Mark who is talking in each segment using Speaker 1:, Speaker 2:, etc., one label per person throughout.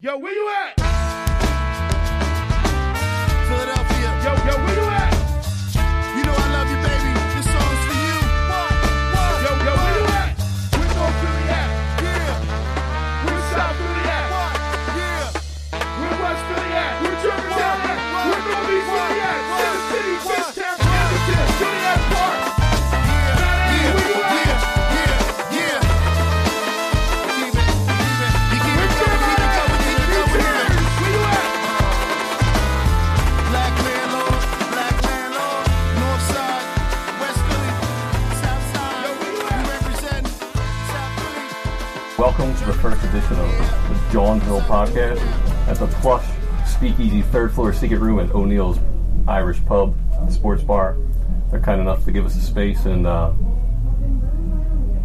Speaker 1: Yo, where you at?
Speaker 2: Philadelphia,
Speaker 1: Yo, yo, where you at?
Speaker 2: you know I love you, baby. This song's for you.
Speaker 1: Yo, yo, where you at? Where North Philly at?
Speaker 2: Yeah,
Speaker 1: Where South Philly at?
Speaker 2: what? Yeah,
Speaker 1: Where West Philly at? Where Germantown at? Where Northeast Philly at? Center City, Fishtown, Camden, Juliet Park.
Speaker 2: yeah,
Speaker 1: Where you at?
Speaker 2: yeah, yeah, yeah. Keep it, keep it, keep it going, keep it going, keep it going, keep it.
Speaker 1: Where you at?
Speaker 2: Black landlord, black landlord, north side, west Philly, south side. We represent South Philly.
Speaker 3: Welcome to the first edition of the Johnsville podcast at the plush speakeasy third floor secret room at O'Neill's Irish Pub and Sports Bar. They're kind enough to give us a space, and uh,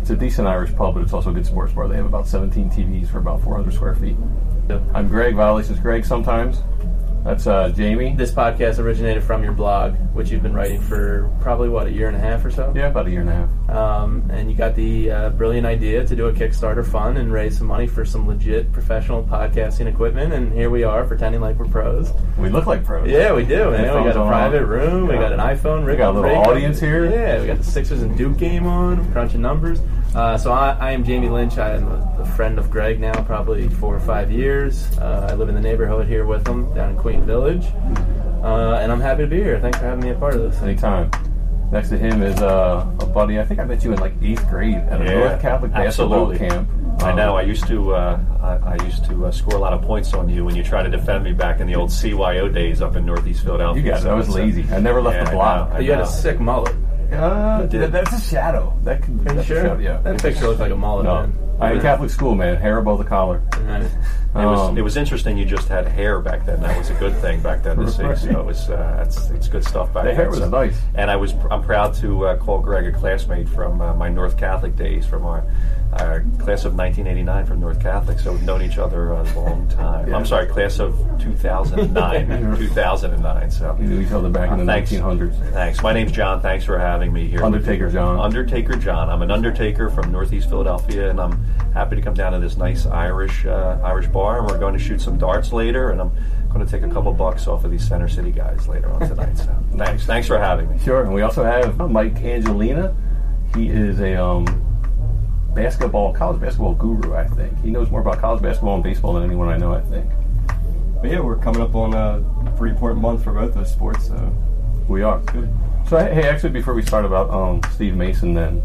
Speaker 3: it's a decent Irish pub, but it's also a good sports bar. They have about 17 TVs for about 400 square feet. I'm Greg, Violations Greg sometimes. That's uh, Jamie.
Speaker 4: This podcast originated from your blog, which you've been writing for probably what a year and a half or so.
Speaker 3: Yeah, about a year and a half.
Speaker 4: Um, and you got the uh, brilliant idea to do a Kickstarter fund and raise some money for some legit professional podcasting equipment. And here we are, pretending like we're pros.
Speaker 3: We look like pros.
Speaker 4: Yeah, we do, man. We
Speaker 3: Headphones
Speaker 4: got a
Speaker 3: on.
Speaker 4: private room. We
Speaker 3: Yeah.
Speaker 4: got an iPhone.
Speaker 3: We got a little
Speaker 4: rig-
Speaker 3: audience here.
Speaker 4: Yeah, we got the Sixers and Duke game on, crunching numbers. Uh, so I, I am Jamie Lynch. I am a, a friend of Greg now, probably four or five years. Uh, I live in the neighborhood here with him down in Queen Village, uh, and I'm happy to be here. Thanks for having me a part of this.
Speaker 3: Anytime. Next to him is uh, a buddy. I think I met you in like eighth grade at a
Speaker 5: Yeah,
Speaker 3: North Catholic
Speaker 5: absolutely.
Speaker 3: basketball camp.
Speaker 5: I
Speaker 3: Um,
Speaker 5: know. I used to. Uh, I, I used to uh, score a lot of points on you when you tried to defend me back in the old CYO days up in Northeast Philadelphia.
Speaker 3: You got it. I was
Speaker 5: it's, uh,
Speaker 3: lazy. I never left
Speaker 5: yeah,
Speaker 3: the
Speaker 5: I
Speaker 3: block.
Speaker 5: know, I
Speaker 4: you had a
Speaker 5: know.
Speaker 4: sick mullet.
Speaker 3: Uh,
Speaker 5: did.
Speaker 3: th- that's a shadow. That can.
Speaker 4: Are you
Speaker 3: that's a shadow,
Speaker 4: sure?
Speaker 3: yeah.
Speaker 4: That picture looked like a mullet.
Speaker 3: no.
Speaker 4: Man.
Speaker 3: I had Catholic school, man. Hair above the collar.
Speaker 4: Right.
Speaker 5: It was.
Speaker 3: Um,
Speaker 5: it was interesting. You just had hair back then. That was a good thing back then to see.
Speaker 3: Right.
Speaker 5: So it was. Uh, it's, it's good stuff back
Speaker 3: The
Speaker 5: then.
Speaker 3: hair was
Speaker 5: so.
Speaker 3: nice.
Speaker 5: And I was. I'm proud to uh, call Greg a classmate from uh, my North Catholic days, from our, our class of 1989 from North Catholic. So we've known each other a long time.
Speaker 3: Yeah.
Speaker 5: I'm sorry, class of 2009. 2009. So.
Speaker 3: We knew each other back in the
Speaker 5: Thanks.
Speaker 3: 1900s.
Speaker 5: Thanks. My name's John. Thanks for having me here.
Speaker 3: Undertaker John.
Speaker 5: Undertaker John. I'm an undertaker from Northeast Philadelphia, and I'm happy to come down to this nice Irish uh, Irish bar. And we're going to shoot some darts later, and I'm going to take a couple bucks off of these Center City guys later on tonight. So thanks. Thanks for having me.
Speaker 3: Sure. And we also have uh, Mike Angelina. He is a um, basketball, college basketball guru. I think he knows more about college basketball and baseball than anyone I know. I think
Speaker 6: But yeah, we're coming up on a pretty important month for both those sports, so
Speaker 3: we are.
Speaker 6: good.
Speaker 3: So hey, actually, before we start about um, Steve Mason, then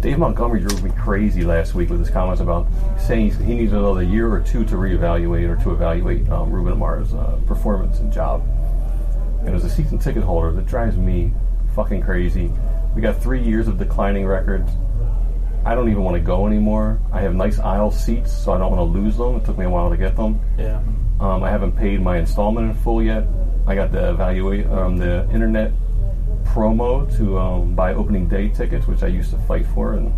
Speaker 3: Dave Montgomery drove me crazy last week with his comments about saying he's, he needs another year or two to reevaluate or to evaluate um, Ruben Amara's uh, performance and job. And as a season ticket holder, that drives me fucking crazy. We got three years of declining records. I don't even want to go anymore. I have nice aisle seats, so I don't want to lose them. It took me a while to get them.
Speaker 4: Yeah.
Speaker 3: Um, I haven't paid my installment in full yet. I got the evaluate um, the internet promo to um, buy opening day tickets, which I used to fight for, and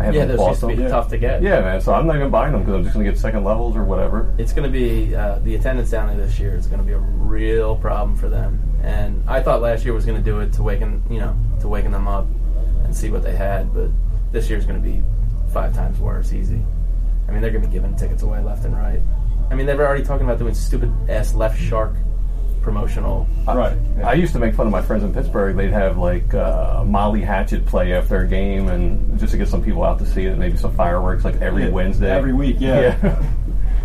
Speaker 3: I haven't
Speaker 4: Yeah, those
Speaker 3: bought
Speaker 4: used to be
Speaker 3: them.
Speaker 4: tough to get.
Speaker 3: Yeah, man. So I'm not even buying them because I'm just gonna get second levels or whatever.
Speaker 4: it's going to be uh, the attendance down there this year is going to be a real problem for them. And I thought last year was going to do it to waken you know to waken them up and see what they had, but this year's going to be five times worse, easy. I mean, they're going to be giving tickets away left and right. I mean, they were already talking about doing stupid ass left shark promotional.
Speaker 6: Right. Yeah.
Speaker 3: I used to make fun of my friends in Pittsburgh. They'd have like uh, Molly Hatchet play after a game, and just to get some people out to see it, maybe some fireworks like every
Speaker 6: Yeah,
Speaker 3: Wednesday,
Speaker 6: every week, yeah.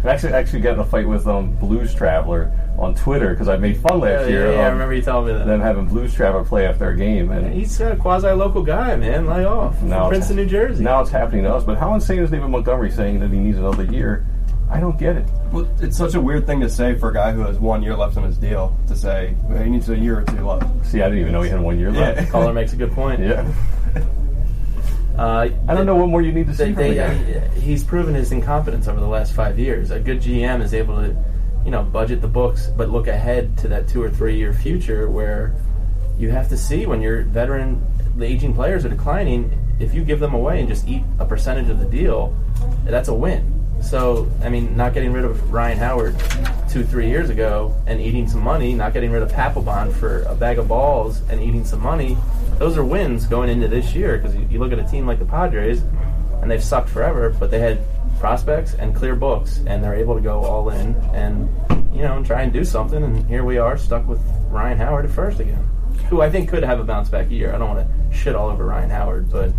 Speaker 3: And actually, actually got in a fight with um, Blues Traveler on Twitter because I made fun last
Speaker 4: Oh, Yeah,
Speaker 3: year.
Speaker 4: yeah, I
Speaker 3: um,
Speaker 4: remember you telling me that.
Speaker 3: them having Blues Traveler play after their game, and
Speaker 4: He's a quasi local guy, man. Lay off.
Speaker 3: No, it's-
Speaker 4: Princeton, New Jersey.
Speaker 3: now it's happening to us. But how insane is David Montgomery saying that he needs another year? I don't get it.
Speaker 6: Well, it's such a weird thing to say for a guy who has one year left on his deal to say well, he needs a year or two left.
Speaker 3: See, I didn't even know he had one year
Speaker 6: Yeah.
Speaker 3: left.
Speaker 4: Caller makes a good point.
Speaker 3: yeah,
Speaker 4: Uh,
Speaker 3: I don't know what more you need to see
Speaker 4: they,
Speaker 3: from the
Speaker 4: they, I
Speaker 3: guy.
Speaker 4: mean, he's proven his incompetence over the last five years. A good GM is able to, you know, budget the books, but look ahead to that two or three year future where you have to see when your veteran, the aging players are declining. If you give them away and just eat a percentage of the deal, that's a win. So, I mean, not getting rid of Ryan Howard two, three years ago and eating some money, not getting rid of Papelbon for a bag of balls and eating some money, those are wins going into this year because you, you look at a team like the Padres and they've sucked forever, but they had prospects and clear books, and they're able to go all in and you know and try and do something. And here we are stuck with Ryan Howard at first again, who I think could have a bounce back year. I don't want to shit all over Ryan Howard, but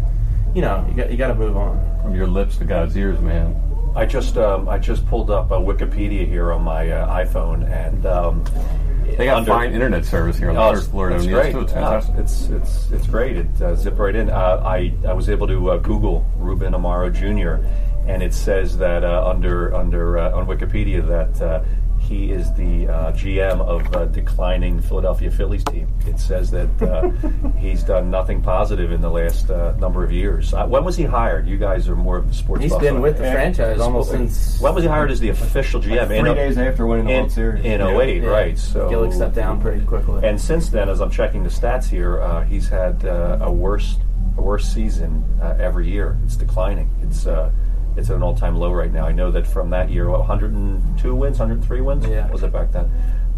Speaker 4: you know you got you got to move on.
Speaker 3: From your lips to God's ears, man.
Speaker 5: I just um, I just pulled up uh, Wikipedia here on my uh, iPhone, and um,
Speaker 3: They got
Speaker 5: under-
Speaker 3: fine internet service here on the
Speaker 5: Oh,
Speaker 3: third floor.
Speaker 5: It's
Speaker 3: of O'Neill's,
Speaker 5: great.
Speaker 3: too. It's
Speaker 5: No,
Speaker 3: fantastic.
Speaker 5: it's it's it's great. It uh, zip right in. Uh, I I was able to uh, Google Ruben Amaro Jr. and it says that uh, under under uh, on Wikipedia that uh, he is the uh, GM of uh, declining Philadelphia Phillies team. It says that uh, he's done nothing positive in the last uh, number of years. Uh, when was he hired? You guys are more of the sports.
Speaker 4: He's
Speaker 5: buffs
Speaker 4: been
Speaker 5: on
Speaker 4: with the
Speaker 5: it.
Speaker 4: franchise almost since
Speaker 5: When was he hired as the official GM?
Speaker 6: Three
Speaker 5: In a-
Speaker 6: days after winning the
Speaker 5: in,
Speaker 6: World Series.
Speaker 5: in 08, right? So
Speaker 4: Gillick stepped down pretty quickly.
Speaker 5: and since then, as I'm checking the stats here, uh, he's had uh, a worse a worse season uh, every year. It's declining. It's uh, it's at an all time low right now. I know that from that year, what, 102 wins, 103 wins.
Speaker 4: Yeah.
Speaker 5: was it back then?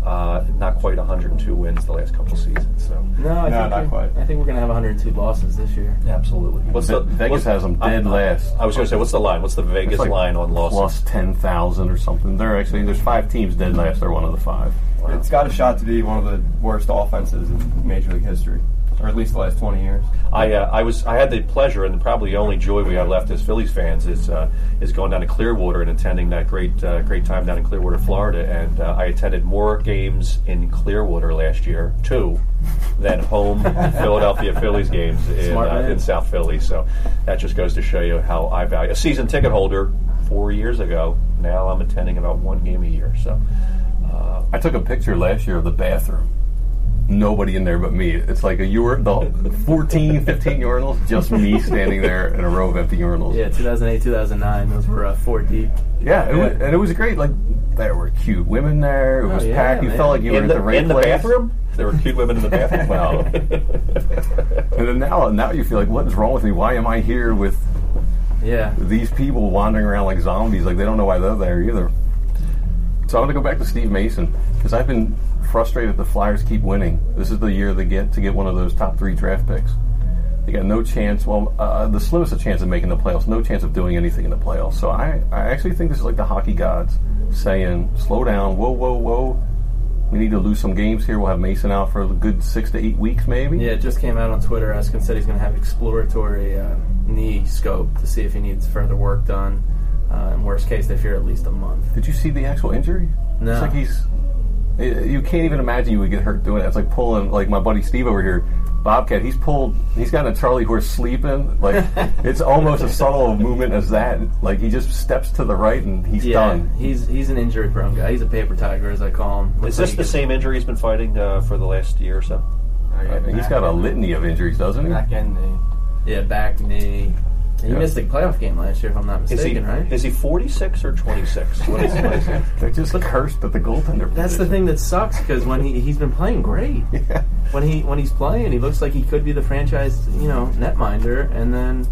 Speaker 5: Uh, not quite 102 wins the last couple seasons. So
Speaker 4: no, I
Speaker 6: No,
Speaker 4: think
Speaker 6: not
Speaker 4: we're-
Speaker 6: quite.
Speaker 4: I think we're gonna have 102 losses this year.
Speaker 5: absolutely. What's
Speaker 3: Ve-
Speaker 5: the
Speaker 3: Vegas
Speaker 5: what's-
Speaker 3: has them dead
Speaker 5: I-
Speaker 3: last.
Speaker 5: I was going to say, what's the line? What's the Vegas
Speaker 3: like
Speaker 5: line on losses?
Speaker 3: Plus ten thousand or something. They're actually there's five teams dead last. They're one of the five.
Speaker 6: It's got a shot to be one of the worst offenses in Major League history, or at least the last 20 years.
Speaker 5: I, uh, I was I had the pleasure and probably the only joy we had left as Phillies fans is uh, is going down to Clearwater and attending that great uh, great time down in Clearwater, Florida. And uh, I attended more games in Clearwater last year, two, than home Philadelphia Phillies games in,
Speaker 4: Smart
Speaker 5: uh,
Speaker 4: man.
Speaker 5: in South Philly. So that just goes to show you how I value a season ticket holder. Four years ago, now I'm attending about one game a year. So
Speaker 3: I took a picture last year of the bathroom. Nobody in there but me. It's like a urinal, 14, 15 urinals, just me standing there in a row of empty urinals.
Speaker 4: Yeah, 2008, 2009, those were uh, four deep.
Speaker 3: Yeah, it Was, and it was great. Like there were cute women there. It was
Speaker 4: yeah,
Speaker 3: packed. You
Speaker 4: man.
Speaker 3: felt like you were
Speaker 5: in
Speaker 3: at
Speaker 5: the,
Speaker 3: the right
Speaker 5: in the
Speaker 3: place.
Speaker 5: bathroom, there were cute women in the bathroom.
Speaker 3: Well, and then now, now you feel like, what is wrong with me? Why am I here with
Speaker 4: Yeah.
Speaker 3: these people wandering around like zombies? Like they don't know why they're there either. So I'm going to go back to Steve Mason because I've been frustrated the Flyers keep winning. This is the year they get to get one of those top three draft picks. They got no chance. Well, uh, the slimmest of chance of making the playoffs. No chance of doing anything in the playoffs. So I, I actually think this is like the hockey gods saying, "Slow down, whoa, whoa, whoa. We need to lose some games here. We'll have Mason out for a good six to eight weeks, maybe."
Speaker 4: Yeah, it just came out on Twitter. Eskin said he's going to have exploratory uh, knee scope to see if he needs further work done. Uh, in worst case, they fear at least a month.
Speaker 3: Did you see the actual injury?
Speaker 4: No.
Speaker 3: It's like he's. i- You can't even imagine you would get hurt doing it. It's like pulling, like my buddy Steve over here, Bobcat. He's pulled. He's got a Charlie horse sleeping. Like it's almost as subtle a movement as that. Like he just steps to the right and he's
Speaker 4: Yeah,
Speaker 3: done.
Speaker 4: he's he's an injury prone guy. He's a paper tiger, as I call him.
Speaker 5: Is
Speaker 4: Looks
Speaker 5: this
Speaker 4: like
Speaker 5: the
Speaker 4: he
Speaker 5: same injury he's been fighting uh, for the last year or so?
Speaker 3: He's got a litany of injuries, doesn't he?
Speaker 6: Back end, they-
Speaker 4: gets- Yeah, back knee. He
Speaker 3: Yeah.
Speaker 4: missed the playoff game last year, if I'm not
Speaker 5: Is
Speaker 4: mistaken,
Speaker 5: he
Speaker 4: right?
Speaker 5: is he 46 or 26? What is, what is he?
Speaker 3: They're just cursed at the goaltender.
Speaker 4: That's the
Speaker 3: position.
Speaker 4: thing that sucks because when he he's been playing great. When he when he's playing, he looks like he could be the franchise, you know, netminder, and then,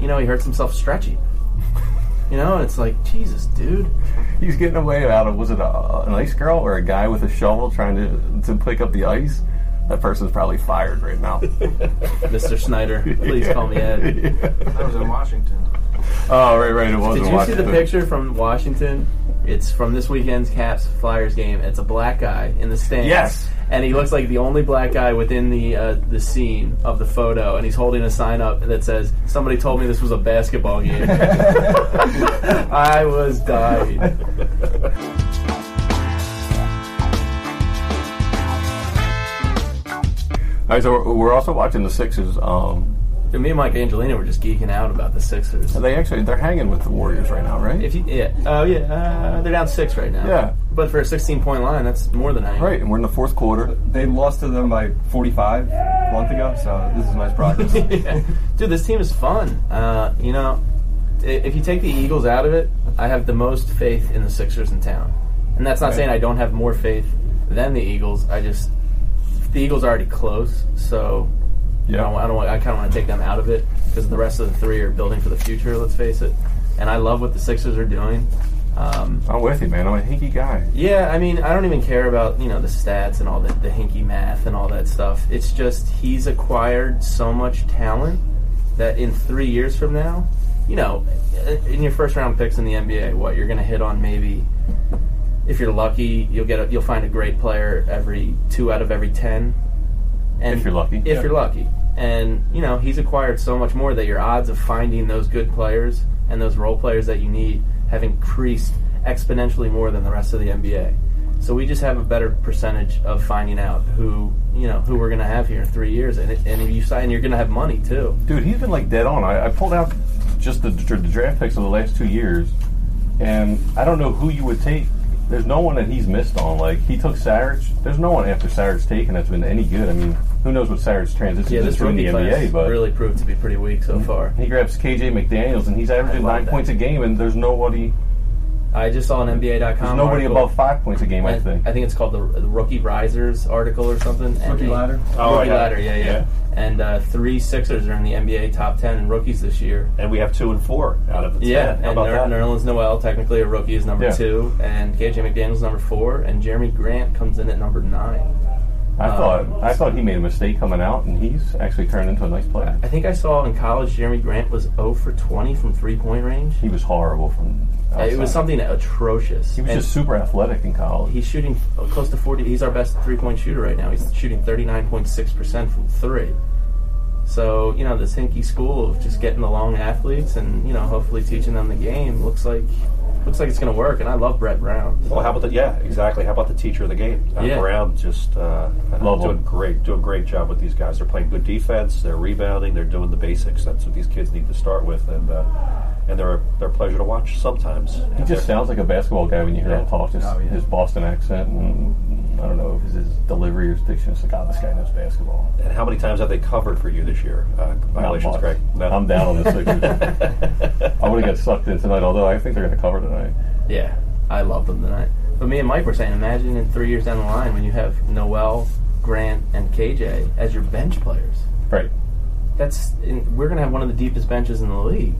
Speaker 4: you know, he hurts himself stretching. You know, and it's like Jesus, dude.
Speaker 3: He's getting away out of was it a, an ice girl or a guy with a shovel trying to to pick up the ice? That person's probably fired right now.
Speaker 4: Mr. Snyder, please call me Ed.
Speaker 7: That was in Washington.
Speaker 3: Oh right, right. It was. in
Speaker 4: Did you see the
Speaker 3: Washington.
Speaker 4: picture from Washington? It's from this weekend's Caps Flyers game. It's a black guy in the stands.
Speaker 3: Yes.
Speaker 4: and he looks like the only black guy within the uh, the scene of the photo, and he's holding a sign up that says, "Somebody told me this was a basketball game." I was dying.
Speaker 3: All right, so we're- we're also watching the Sixers. Um,
Speaker 4: Dude, me and Mike Angelina were just geeking out about the Sixers.
Speaker 3: they actually they're hanging with the Warriors right now, right?
Speaker 4: If you, yeah, oh yeah, uh, they're down six right now.
Speaker 3: Yeah.
Speaker 4: but for a sixteen point line, that's more than I.
Speaker 3: right, and we're in the fourth quarter.
Speaker 6: They lost to them by 45 a month ago, so this is nice progress.
Speaker 4: Yeah. Dude, this team is fun. Uh, you know, i- if you take the Eagles out of it, I have the most faith in the Sixers in town. And that's not saying I don't have more faith than the Eagles. I just the Eagles are already close, so I don't, I don't. want- I kind of want to take them out of it because the rest of the three are building for the future. Let's face it. And I love what the Sixers are doing. Um,
Speaker 3: I'm with you, man. I'm a hinky guy.
Speaker 4: yeah, I mean, I don't even care about you know the stats and all the the hinky math and all that stuff. It's just he's acquired so much talent that in three years from now, you know, in your first round picks in the NBA, what you're going to hit on maybe if you're lucky, you'll get a, you'll find a great player every 2 out of every 10. And
Speaker 3: If you're lucky.
Speaker 4: If
Speaker 3: Yeah.
Speaker 4: you're lucky. And, you know, he's acquired so much more that your odds of finding those good players and those role players that you need have increased exponentially more than the rest of the NBA. So we just have a better percentage of finding out who, you know, who we're going to have here in 3 years and it, and if you sign you're going to have money too.
Speaker 3: Dude, he's been like dead on. I, I pulled out just the, the draft picks of the last two years, and I don't know who you would take. There's no one that he's missed on. Like he took Sarge. There's no one after Sarge taken that's been any good. I mean, who knows what Sarge transitions
Speaker 4: Yeah, this
Speaker 3: into in
Speaker 4: rookie
Speaker 3: the
Speaker 4: class
Speaker 3: NBA? But
Speaker 4: really proved to be pretty weak so far.
Speaker 3: he grabs KJ McDaniel's, and he's averaging
Speaker 4: I love
Speaker 3: nine
Speaker 4: that.
Speaker 3: points a game, and there's nobody,
Speaker 4: I just saw an NBA.com.
Speaker 3: there's nobody
Speaker 4: article.
Speaker 3: above five points a game. I,
Speaker 4: I,
Speaker 3: think.
Speaker 4: I think it's called the, the Rookie Risers article or something. and
Speaker 6: Rookie
Speaker 4: they-
Speaker 6: ladder?
Speaker 5: Oh,
Speaker 4: rookie
Speaker 5: yeah.
Speaker 4: Ladder, yeah, yeah.
Speaker 5: Yeah.
Speaker 4: And uh, three Sixers are in the NBA top 10 in rookies this year.
Speaker 5: And we have two and four out of the
Speaker 4: Yeah,
Speaker 5: ten. How
Speaker 4: and Ner-
Speaker 5: about that?
Speaker 4: Nerlens Noel, technically a rookie, is number
Speaker 3: Yeah.
Speaker 4: two, and KJ McDaniel's number four, and Jeremy Grant comes in at number nine.
Speaker 3: I
Speaker 4: um,
Speaker 3: thought I thought he made a mistake coming out, and he's actually turned into a nice player.
Speaker 4: I think I saw in college Jeremy Grant was 0 for 20 from three point range.
Speaker 3: He was horrible from.
Speaker 4: It was
Speaker 3: outside.
Speaker 4: something atrocious.
Speaker 3: He was
Speaker 4: And-
Speaker 3: just super athletic in college.
Speaker 4: he's shooting close to 40 he's our best three-point shooter right now he's shooting 39.6% from three so you know this hinky school of just getting the long athletes and you know hopefully teaching them the game looks like looks like it's going to work and i love brett brown
Speaker 5: Well, how about the yeah, exactly. How about the teacher of the game, Doc
Speaker 4: Yeah.
Speaker 5: Brown? Just uh,
Speaker 3: Love
Speaker 5: doing
Speaker 3: him.
Speaker 5: great, doing great job with these guys. They're playing good defense. They're rebounding. They're doing the basics. That's what these kids need to start with, and uh, and they're they're a pleasure to watch sometimes.
Speaker 3: He
Speaker 5: And
Speaker 3: just
Speaker 5: they're-
Speaker 3: sounds like a basketball guy when you hear
Speaker 5: Yeah.
Speaker 3: him talk. Just
Speaker 6: Oh, yeah.
Speaker 3: his Boston accent, and I don't know if it's his delivery or his diction. It's like, oh, this guy knows basketball.
Speaker 5: and how many times have they covered for you this year? Uh, violations,
Speaker 3: much.
Speaker 5: Greg.
Speaker 3: I'm down on the Sixers. I would have got sucked in tonight, although I think they're going to cover tonight.
Speaker 4: yeah i love them tonight but me and mike were saying imagine in three years down the line when you have noel grant and kj as your bench players
Speaker 3: Right.
Speaker 4: that's in, we're going to have one of the deepest benches in the league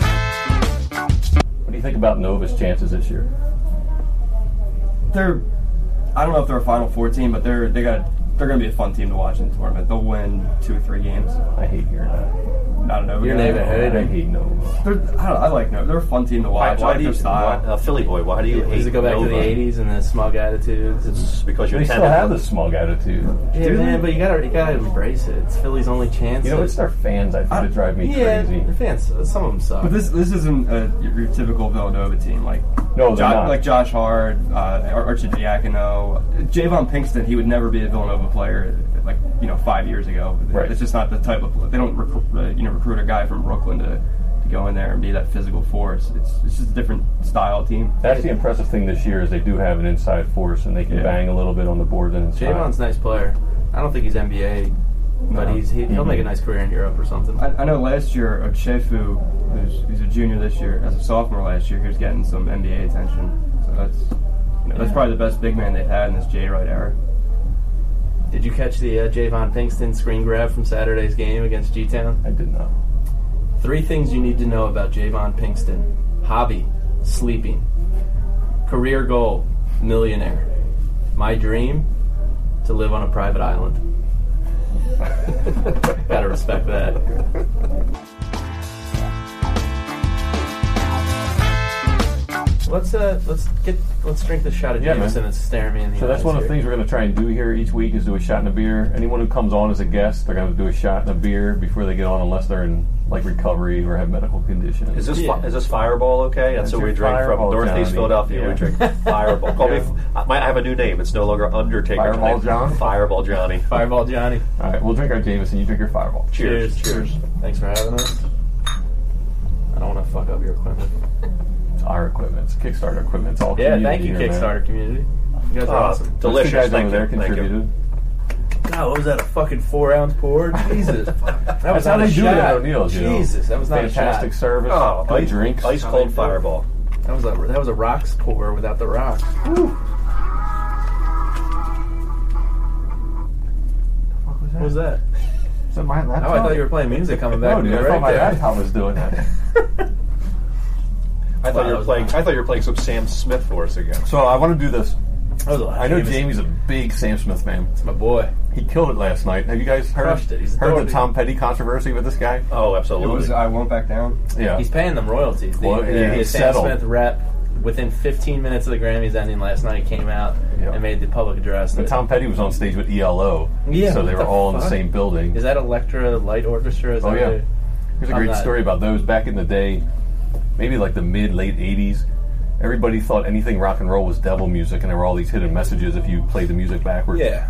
Speaker 3: What do you think about Nova's chances this year?
Speaker 6: they're I don't know if they're a Final Four team, but they're they got they're gonna be a fun team to watch in the tournament. They'll win two or three games.
Speaker 3: I hate hearing that.
Speaker 6: I don't know.
Speaker 4: Your
Speaker 6: They're-
Speaker 4: neighborhood.
Speaker 3: I hate Nova.
Speaker 6: They're, I, don't know, I like no. They're a fun team to
Speaker 5: Why,
Speaker 6: watch. I
Speaker 5: why
Speaker 6: like
Speaker 5: do you,
Speaker 6: their style.
Speaker 5: why- uh, Philly boy? Why do you hate
Speaker 4: does it go back to
Speaker 5: Nova?
Speaker 4: the 80s and the smug attitudes and
Speaker 5: It's because you're
Speaker 3: They still
Speaker 5: ten-
Speaker 3: have the smug attitude.
Speaker 4: Yeah, man, but you gotta you gotta embrace it. It's Philly's only chance.
Speaker 3: You know,
Speaker 4: to-
Speaker 3: it's their fans I think that drive me
Speaker 4: yeah,
Speaker 3: crazy.
Speaker 4: the fans. uh, Some of them suck.
Speaker 6: But this this isn't a, your typical Villanova team. Like
Speaker 3: No, they're
Speaker 6: Josh,
Speaker 3: not.
Speaker 6: like Josh Hard, uh, Ar- Archie Diacono, Javon Pinkston. He would never be a Villanova player. Like you know, five years ago.
Speaker 3: Right.
Speaker 6: It's just not the type of they don't recruit, uh, you know recruit a guy from Brooklyn to, to go in there and be that physical force. It's it's just a different style team.
Speaker 3: That's the impressive thing this year is they do have an inside force and they can
Speaker 6: Yeah.
Speaker 3: bang a little bit on the boards and inside.
Speaker 4: Javon's a nice player. I don't think he's NBA, but
Speaker 6: No.
Speaker 4: he's he, he'll make a nice career in Europe or something.
Speaker 6: I, I know last year Ochefu, who's, who's a junior this year, as a sophomore last year, he was getting some NBA attention. So that's you know, that's probably the best big man they've had in this J Wright era.
Speaker 4: Did you catch the uh, Javon Pinkston screen grab from Saturday's game against G Town?
Speaker 3: I did not.
Speaker 4: Three things you need to know about Javon Pinkston: hobby, sleeping, career goal, millionaire. My dream to live on a private island. Gotta respect that. Let's uh, let's get let's drink this shot of
Speaker 3: Yeah,
Speaker 4: Jameson
Speaker 3: man.
Speaker 4: that's staring me in the
Speaker 3: So that's
Speaker 4: eyes
Speaker 3: one of the
Speaker 4: here.
Speaker 3: things we're going to try and do here each week is do a shot and a beer. Anyone who comes on as a guest, they're going to do a shot and a beer before they get on, unless they're in like recovery or have medical conditions.
Speaker 5: Is this
Speaker 4: Yeah.
Speaker 5: fi- is this Fireball okay? That's
Speaker 3: That's
Speaker 5: what we
Speaker 3: your
Speaker 5: drink from
Speaker 3: Fireball,
Speaker 5: Northeast
Speaker 3: Johnny.
Speaker 5: Philadelphia. We
Speaker 3: Yeah.
Speaker 5: drink Fireball. Call me. I might have a new name. It's no longer Undertaker.
Speaker 3: Fireball
Speaker 5: Type-
Speaker 3: John?
Speaker 5: Fireball Johnny.
Speaker 4: Fireball Johnny.
Speaker 3: All right, we'll drink our Jameson. You drink your Fireball.
Speaker 5: Cheers.
Speaker 4: Cheers.
Speaker 5: Cheers.
Speaker 4: Thanks for having us. I don't want to fuck up your equipment.
Speaker 3: It's our equipment. It's Kickstarter equipment. It's all
Speaker 4: Yeah, thank
Speaker 3: community
Speaker 4: you,
Speaker 3: here, man.
Speaker 4: Kickstarter community. You guys are
Speaker 5: Oh,
Speaker 4: awesome.
Speaker 5: del-
Speaker 3: Those two
Speaker 5: Delicious.
Speaker 3: guys
Speaker 5: Thank
Speaker 3: over there
Speaker 5: you. Thank you.
Speaker 3: contributed.
Speaker 4: God, what was that? A fucking four ounce pour? Jesus, that was
Speaker 3: That's how
Speaker 4: not a
Speaker 3: they do it
Speaker 4: shot.
Speaker 3: at O'Neill's. you know.
Speaker 4: Jesus, that was not
Speaker 3: fantastic
Speaker 4: a shot.
Speaker 3: service.
Speaker 5: Oh,
Speaker 3: good
Speaker 5: ice,
Speaker 3: drinks.
Speaker 5: Ice cold Fireball.
Speaker 4: That was a that was a rocks pour without the rocks. What was that?
Speaker 3: Is that my laptop?
Speaker 4: Oh, I thought you were playing music coming back.
Speaker 3: No, dude,
Speaker 4: to me
Speaker 3: I
Speaker 4: right
Speaker 3: thought my
Speaker 4: there.
Speaker 3: laptop was doing that.
Speaker 4: Wow,
Speaker 5: I thought you
Speaker 4: that
Speaker 5: were
Speaker 4: was
Speaker 5: playing.
Speaker 4: nice.
Speaker 5: I thought you were playing some Sam Smith for us again.
Speaker 3: so I want to do this.
Speaker 4: That was a lot.
Speaker 3: I know
Speaker 4: James-
Speaker 3: Jamie's a big Sam Smith fan.
Speaker 4: my boy.
Speaker 3: He killed it last night. Have you guys heard
Speaker 4: Crushed it. He's
Speaker 3: heard
Speaker 4: adored
Speaker 3: the
Speaker 4: it.
Speaker 3: Tom Petty controversy with this guy?
Speaker 5: Oh,
Speaker 6: It
Speaker 5: absolutely.
Speaker 6: was uh, I won't back down.
Speaker 3: Yeah,
Speaker 4: He's paying them royalties. The,
Speaker 3: Well, yeah,
Speaker 4: the
Speaker 3: he's
Speaker 4: Sam
Speaker 3: settled.
Speaker 4: Smith rep within 15 minutes of the Grammys ending last night came out
Speaker 3: Yeah.
Speaker 4: and made the public address.
Speaker 3: but Tom Petty was on stage with ELO.
Speaker 4: Yeah,
Speaker 3: so
Speaker 4: what
Speaker 3: they were
Speaker 4: the
Speaker 3: all in the
Speaker 4: fuck?
Speaker 3: same building.
Speaker 4: is that Electra Light Orchestra? Is
Speaker 3: Oh,
Speaker 4: that
Speaker 3: yeah.
Speaker 4: what it-
Speaker 3: Here's a
Speaker 4: I'm
Speaker 3: great
Speaker 4: not-
Speaker 3: story about those back in the day, maybe like the mid late '80s. Everybody thought anything rock and roll was devil music, and there were all these hidden messages if you played the music backwards.
Speaker 4: Yeah.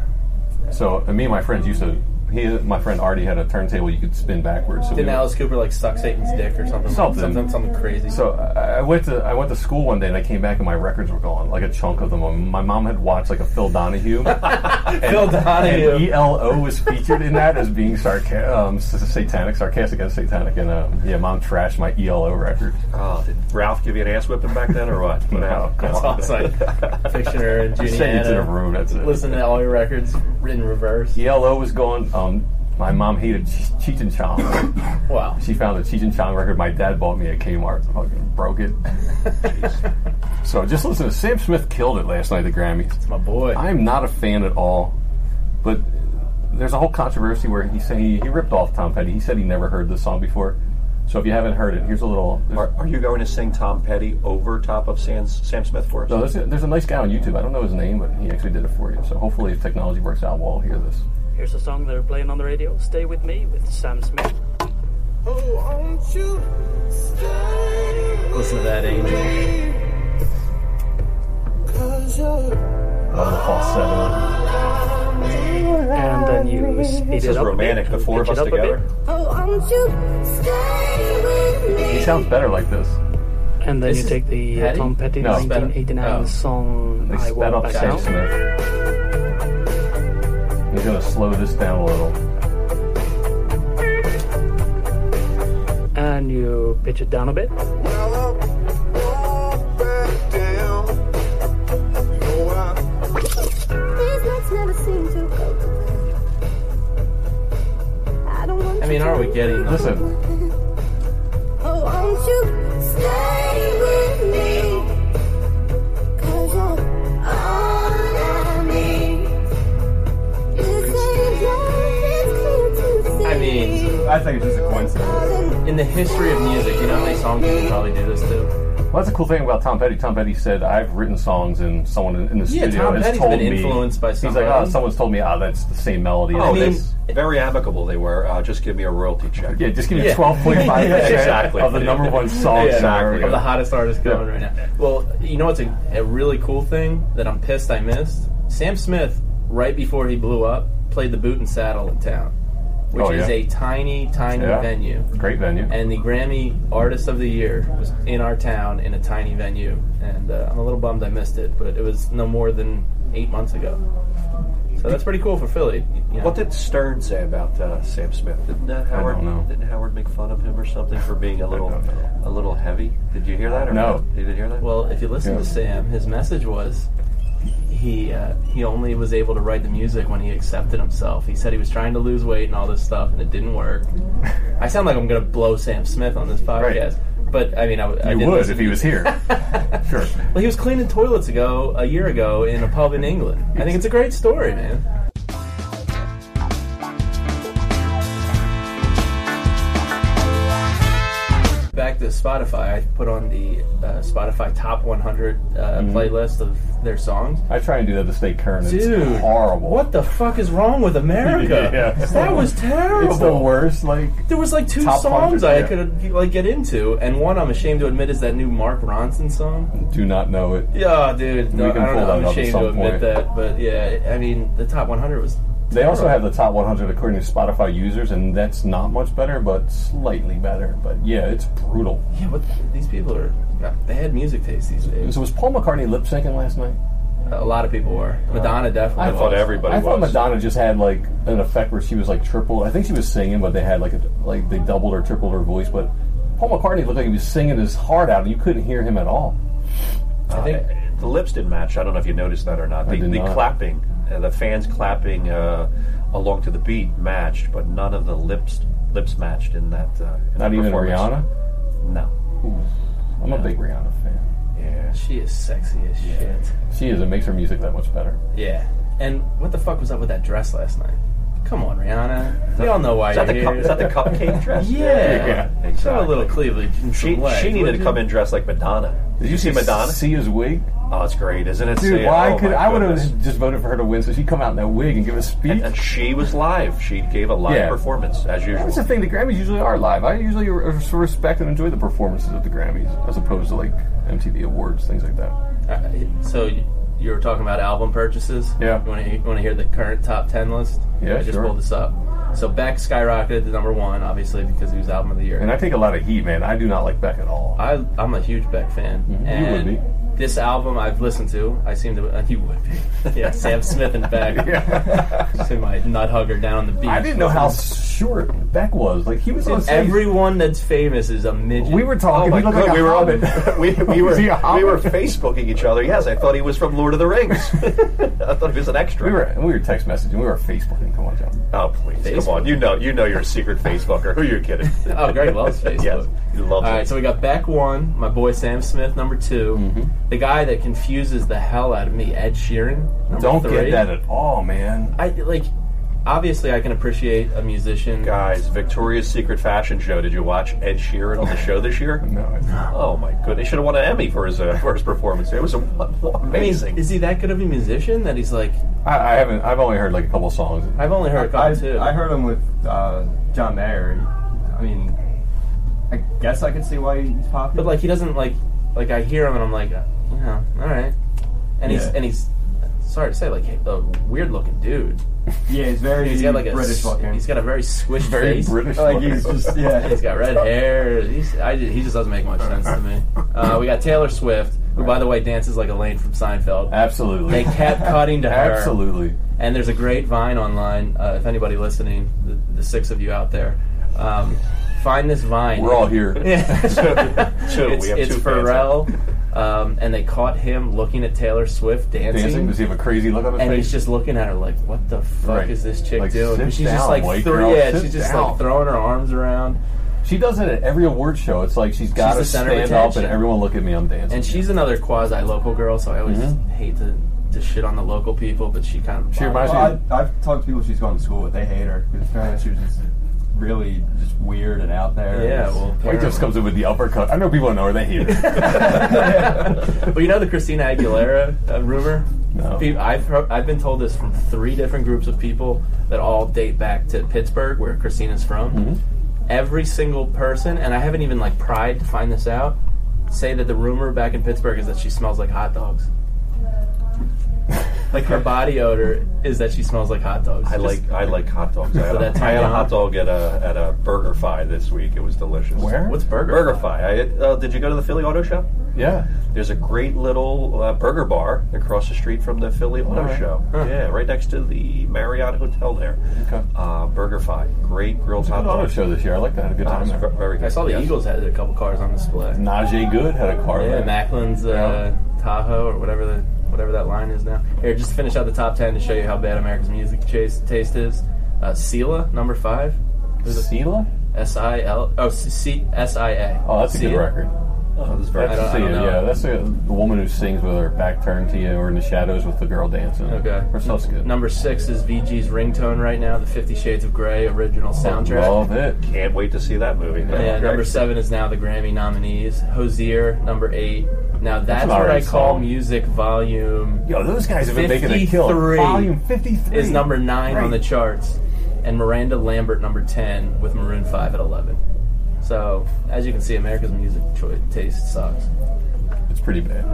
Speaker 3: So and me and my friends used to. He, my friend Artie, had a turntable you could spin backwards. So we
Speaker 4: Didn't
Speaker 3: would-
Speaker 4: Alice Cooper like suck Satan's dick or something?
Speaker 3: Something.
Speaker 4: Something, something crazy.
Speaker 3: So I I went to I went to school one day and I came back and my records were gone, like a chunk of them. My mom had watched like a Phil Donahue.
Speaker 4: Phil Donahue.
Speaker 3: And ELO was featured in that as being sarca- um, s- satanic, sarcastic as satanic, and um, yeah, mom trashed my ELO record.
Speaker 5: oh, did Ralph give you an ass whipping back then, or what? What
Speaker 3: No,
Speaker 5: happened?
Speaker 3: come
Speaker 4: It's
Speaker 3: on.
Speaker 4: all like Fictioner and
Speaker 3: Send you to the
Speaker 4: Juliana.
Speaker 3: room. That's it.
Speaker 4: Listen to all your records in reverse.
Speaker 3: ELO was gone. Um, my mom hated Ch- Cheech and Chong.
Speaker 4: Wow.
Speaker 3: She found a Cheech and Chong record my dad bought me at Kmart. Fucking broke it. so just listen to Sam Smith killed it last night at the Grammys.
Speaker 4: My boy.
Speaker 3: I'm not a fan at all, but there's a whole controversy where he said he, he ripped off Tom Petty. He said he never heard this song before. So if you haven't heard it, here's a little.
Speaker 5: Are, are you going to sing Tom Petty over top of Sam, Sam Smith for us?
Speaker 3: No, there's a, there's a nice guy on YouTube. I don't know his name, but he actually did it for you. So hopefully, if technology works out, we'll all hear this.
Speaker 7: Here's a song they're playing on the radio. Stay with me with Sam Smith.
Speaker 4: Listen to that angel.
Speaker 3: Love the falsetto.
Speaker 7: And then you speed
Speaker 5: this
Speaker 7: it
Speaker 5: is
Speaker 7: up. a
Speaker 5: romantic.
Speaker 7: bit,
Speaker 5: The four of
Speaker 7: pitch
Speaker 5: us
Speaker 7: it up a bit,
Speaker 5: together.
Speaker 3: He sounds better like this.
Speaker 7: And then
Speaker 4: This
Speaker 7: you
Speaker 4: is
Speaker 7: take the uh,
Speaker 4: Petty?
Speaker 7: Tom Petty
Speaker 3: No.
Speaker 7: 1989
Speaker 4: Oh.
Speaker 7: song
Speaker 3: They
Speaker 7: I
Speaker 3: sped
Speaker 7: Walk
Speaker 3: up
Speaker 7: Back
Speaker 3: Sam
Speaker 7: Down.
Speaker 3: Smith. He's gonna slow this down a little.
Speaker 7: And you pitch it down a bit.
Speaker 4: I mean, are we getting the-
Speaker 3: Listen.
Speaker 8: Oh, won't you stay with me? Cause you're all I need. This ain't love, it's clear to see.
Speaker 4: I mean,
Speaker 6: I think it's just a coincidence.
Speaker 4: in the history of music, you know how many songs you can probably do this to?
Speaker 3: Well, that's the cool thing about Tom Petty. Tom Petty said, "I've written songs, and someone in, in the
Speaker 4: Yeah,
Speaker 3: studio
Speaker 4: Tom
Speaker 3: has
Speaker 4: Petty's
Speaker 3: told
Speaker 4: been
Speaker 3: me."
Speaker 4: influenced by
Speaker 3: He's like, "Oh,
Speaker 4: somebody."
Speaker 3: someone's told me, ah, that's the same melody."
Speaker 5: Oh,
Speaker 3: Like,
Speaker 4: mean-
Speaker 5: that's very amicable they were. Uh, just give me a royalty check.
Speaker 3: yeah, just give me
Speaker 4: Yeah.
Speaker 3: twelve point five percent
Speaker 5: Exactly.
Speaker 3: of the number one song.
Speaker 4: Yeah,
Speaker 3: genre.
Speaker 4: Of the hottest artist going right now. Well, you know what's a, a really cool thing that I'm pissed I missed? Sam Smith, right before he blew up, played the Boot and Saddle in town, which
Speaker 3: Oh, yeah.
Speaker 4: is a tiny, tiny
Speaker 3: Yeah.
Speaker 4: venue.
Speaker 3: Great venue.
Speaker 4: and the Grammy Artist of the Year was in our town in a tiny venue, and uh, I'm a little bummed I missed it, but it was no more than eight months ago. So that's pretty cool for Philly. you know.
Speaker 5: What did Stern say about uh, Sam Smith? Didn't uh, Howard
Speaker 3: don't know.
Speaker 5: didn't Howard make fun of him or something for being a little
Speaker 3: don't know.
Speaker 5: a little heavy? Did you hear that or
Speaker 3: No.
Speaker 5: not? You didn't hear that?
Speaker 4: well, if you listen
Speaker 3: Yeah.
Speaker 4: to Sam, his message was he uh, he only was able to write the music when he accepted himself. He said he was trying to lose weight and all this stuff, and it didn't work. I sound like I'm going to blow Sam Smith on this podcast, but I mean, I, w- I
Speaker 3: you
Speaker 4: did
Speaker 3: would
Speaker 4: listen
Speaker 3: if he was here. sure.
Speaker 4: Well, he was cleaning toilets ago a year ago in a pub in England. I think it's a great story, man. Back to Spotify, I put on the uh, Spotify Top 100 uh, playlist of their songs.
Speaker 3: I try and do that to stay current.
Speaker 4: Dude,
Speaker 3: Mm-hmm. it's horrible.
Speaker 4: What the fuck is wrong with America?
Speaker 3: Yeah.
Speaker 4: That was terrible.
Speaker 3: It's the worst. Like,
Speaker 4: There was like two
Speaker 3: Top
Speaker 4: songs
Speaker 3: 100,
Speaker 4: I
Speaker 3: yeah.
Speaker 4: could like get into, and one I'm ashamed to admit is that new Mark Ronson song.
Speaker 3: do not know it.
Speaker 4: Yeah, dude. No,
Speaker 3: We can
Speaker 4: I don't
Speaker 3: pull
Speaker 4: know.
Speaker 3: that
Speaker 4: I'm
Speaker 3: up at
Speaker 4: ashamed
Speaker 3: some
Speaker 4: to admit
Speaker 3: point.
Speaker 4: that, but yeah, I mean, the top 100 was.
Speaker 3: They also have the top 100 according to Spotify users, and that's not much better, but slightly better. But yeah, it's brutal.
Speaker 4: Yeah, but these people are got bad music taste these days.
Speaker 3: So was Paul McCartney lip syncing last night?
Speaker 4: A lot of people were. Madonna definitely.
Speaker 5: I thought
Speaker 4: was.
Speaker 5: everybody
Speaker 3: I thought
Speaker 5: was.
Speaker 3: Madonna just had like an effect where she was like triple. I think she was singing, but they had like a, like they doubled or tripled her voice. But Paul McCartney looked like he was singing his heart out, and you couldn't hear him at all.
Speaker 4: I think
Speaker 5: the lips didn't match. Uh, I don't know if you noticed that or not. The,
Speaker 3: did
Speaker 5: the
Speaker 3: not.
Speaker 5: clapping, uh, the fans clapping uh, along to the beat matched, but none of the lips lips matched in that. Uh,
Speaker 3: Not
Speaker 5: in that
Speaker 3: even
Speaker 5: performance.
Speaker 3: Rihanna.
Speaker 5: No.
Speaker 3: I'm a big Rihanna fan.
Speaker 5: Yeah.
Speaker 4: she is sexy as shit.
Speaker 3: She is. It makes her music that much better.
Speaker 4: Yeah. And what the fuck was up with that dress last night? Come on, Rihanna. We all know why
Speaker 5: Is that,
Speaker 4: you're
Speaker 5: the cup,
Speaker 4: here.
Speaker 5: is that the cupcake dress?
Speaker 4: Yeah.
Speaker 5: yeah.
Speaker 4: Show a little cleavage. And
Speaker 5: She,
Speaker 4: some legs,
Speaker 5: she
Speaker 4: would
Speaker 5: needed to
Speaker 4: you?
Speaker 5: come in dressed like Madonna. Did you see Madonna?
Speaker 3: See his wig,
Speaker 5: Oh, it's great, isn't it?
Speaker 3: dude.
Speaker 5: See,
Speaker 3: why
Speaker 5: oh
Speaker 3: could
Speaker 5: my
Speaker 3: I would
Speaker 5: goodness.
Speaker 3: have just voted for her to win? So she'd come out in that wig and give a speech.
Speaker 5: And she was live. She gave a live
Speaker 3: Yeah.
Speaker 5: performance as usual.
Speaker 3: That's the thing. The Grammys usually are live. I usually re- respect and enjoy the performances of the Grammys as opposed to like MTV Awards, things like that.
Speaker 4: Uh, so you, you were talking about album purchases.
Speaker 3: Yeah.
Speaker 4: You want to want to hear the current top ten list?
Speaker 3: Yeah,
Speaker 4: I just
Speaker 3: sure.
Speaker 4: pulled this up. So Beck skyrocketed to number one, obviously because he was album of the year.
Speaker 3: And I take a lot of heat, man. I do not like Beck at all.
Speaker 4: I, I'm a huge Beck fan, and
Speaker 3: Mm-hmm. You would be.
Speaker 4: this album I've listened to. I seem to uh, you would be. Yeah, Sam Smith and Beck.
Speaker 3: yeah.
Speaker 4: See my nut hugger down on the beach.
Speaker 3: I didn't know how short Beck was. Like he was on stage.
Speaker 4: Everyone that's famous is a midget.
Speaker 3: we were
Speaker 5: Oh
Speaker 3: talking.
Speaker 5: my
Speaker 3: he looked
Speaker 5: God,
Speaker 3: like a
Speaker 5: we were all
Speaker 3: hobbit.
Speaker 5: we, we were
Speaker 3: Was he a
Speaker 5: we
Speaker 3: hobbit?
Speaker 5: were Facebooking each other. Yes, I thought he was from Lord of the Rings. I thought he was an extra.
Speaker 3: We were we were text messaging. We were Facebooking. Come on, John.
Speaker 5: Oh please, come on! You know, you know, you're a secret Facebooker. Who you kidding?
Speaker 4: Oh, Greg loves Facebook.
Speaker 5: yes, he loves
Speaker 4: All
Speaker 5: it.
Speaker 4: right, so we got Beck one, my boy Sam Smith number 2
Speaker 3: Mm-hmm.
Speaker 4: the guy that confuses the hell out of me, Ed Sheeran. number
Speaker 3: Don't get
Speaker 4: three.
Speaker 3: that at all, man.
Speaker 4: I like. Obviously, I can appreciate a musician.
Speaker 5: Guys, Victoria's Secret fashion show. Did you watch Ed Sheeran on the show this year?
Speaker 3: No, I-
Speaker 5: Oh my god, he should have won an Emmy for his uh, for his performance. It was a, amazing.
Speaker 4: Is he that good of a musician that he's like?
Speaker 3: I, I haven't. I've only heard like a couple songs.
Speaker 4: I've only heard a
Speaker 6: I,
Speaker 4: couple too.
Speaker 6: I heard him with uh, John Mayer. I mean, I guess I could see why he's popular.
Speaker 4: but like he doesn't like. Like I hear him and I'm like, uh, you know, all right. And he's
Speaker 6: Yeah.
Speaker 4: and he's. Sorry to say, like a weird looking dude.
Speaker 6: yeah, he's very
Speaker 4: He's got like a
Speaker 6: British looking.
Speaker 4: He's got a very squished
Speaker 3: Very
Speaker 4: face.
Speaker 3: British.
Speaker 6: like he's just yeah.
Speaker 4: He's got red hair. He's, I, ju- he just doesn't make much sense to me. Uh, we got Taylor Swift, who, by the way, dances like Elaine from Seinfeld.
Speaker 3: Absolutely.
Speaker 4: They kept cutting to her.
Speaker 3: Absolutely.
Speaker 4: And there's a great Vine online. Uh, if anybody listening, the, the six of you out there, um, find this Vine.
Speaker 3: We're all here.
Speaker 5: Two,
Speaker 4: It's,
Speaker 5: we have
Speaker 4: it's
Speaker 5: two fans.
Speaker 4: Pharrell, um, and they caught him looking at Taylor Swift dancing.
Speaker 3: Dancing. Does he have a crazy look on his
Speaker 4: And
Speaker 3: face?
Speaker 4: he's just looking at her like, "What the fuck
Speaker 3: Right.
Speaker 4: is this chick
Speaker 3: Like,
Speaker 4: doing?"
Speaker 3: sit
Speaker 4: And she's just
Speaker 3: down,
Speaker 4: like,
Speaker 3: white
Speaker 4: thro-
Speaker 3: girl,
Speaker 4: yeah,
Speaker 3: sit
Speaker 4: she's just
Speaker 3: down.
Speaker 4: like throwing her arms around.
Speaker 3: She does it at every award show. It's like she's got to
Speaker 4: She's the center of
Speaker 3: stand up and
Speaker 4: attention.
Speaker 3: everyone look at me. I'm dancing.
Speaker 4: And she's another quasi local girl, so I always hate to, to shit on the local people, but she kind of.
Speaker 3: Mm-hmm. She reminds me-
Speaker 6: Well, I, I've talked to people she's gone to school with. They hate her because apparently she was just really just weird and out there.
Speaker 4: Yeah,
Speaker 6: It's-
Speaker 4: well,
Speaker 3: Wait, just comes in with the uppercut. I know people know her. They hate her.
Speaker 4: But you know the Christina Aguilera uh, rumor?
Speaker 3: No.
Speaker 4: Pe- I've, heard, I've been told this from three different groups of people that all date back to Pittsburgh, where Christina's from.
Speaker 5: Mm-hmm.
Speaker 4: Every single person, and I haven't even like pried to find this out, say that the rumor back in Pittsburgh is that she smells like hot dogs. like her body odor is that she smells like hot dogs.
Speaker 5: I like I like hot dogs. I had,
Speaker 4: So
Speaker 5: a,
Speaker 4: that
Speaker 5: I had a
Speaker 4: time-
Speaker 5: hot dog at a at a Burger Fi this week. It was delicious.
Speaker 3: Where?
Speaker 4: What's burger?
Speaker 5: Burger Fi. I, uh, did you go to the Philly Auto Show?
Speaker 3: Yeah.
Speaker 5: There's a great little uh, burger bar across the street from the Philly Auto
Speaker 3: Alright.
Speaker 5: Show. Yeah, right next to the Marriott Hotel there.
Speaker 3: Okay.
Speaker 5: Uh, burger Fi. Great grilled
Speaker 3: Had
Speaker 5: hot
Speaker 3: an auto
Speaker 5: dogs.
Speaker 3: show this year. I like that. Had a good
Speaker 5: Ah,
Speaker 3: time
Speaker 5: it's
Speaker 3: there.
Speaker 5: ve- very good.
Speaker 4: I saw the
Speaker 5: Yes.
Speaker 4: Eagles had a couple cars on display.
Speaker 3: Najee Good had a car.
Speaker 4: Yeah,
Speaker 3: there.
Speaker 4: Macklin's uh, Tahoe or whatever the whatever that line is now. Here, just to finish out the top ten to show you how bad America's music chase, taste is. Uh, Sila, number five.
Speaker 3: Sela?
Speaker 4: S I L oh C- C S I A.
Speaker 3: Oh, that's a good
Speaker 4: Sila?
Speaker 3: record.
Speaker 5: Oh, this is very
Speaker 4: I don't-
Speaker 5: good.
Speaker 3: See,
Speaker 4: know.
Speaker 3: yeah, that's a, the woman who sings with her back turned to you, or in the shadows with the girl dancing.
Speaker 4: Okay.
Speaker 3: her stuff's good.
Speaker 4: Number six is VG's ringtone right now, the Fifty Shades of Grey original soundtrack.
Speaker 3: Oh, Love it.
Speaker 5: Can't wait to see that movie.
Speaker 4: Yeah,
Speaker 5: Okay.
Speaker 4: number seven is now the Grammy nominees. Hosier, number eight. Now that's,
Speaker 3: an
Speaker 4: what I
Speaker 3: alright
Speaker 4: call
Speaker 3: song.
Speaker 4: music volume.
Speaker 3: Yo, those guys have been making a kill.
Speaker 4: 53.
Speaker 3: Volume fifty-three
Speaker 4: is number nine on the
Speaker 3: Right.
Speaker 4: charts, and Miranda Lambert number ten with Maroon Five at eleven. So as you can see, America's music choice taste sucks.
Speaker 3: It's pretty bad.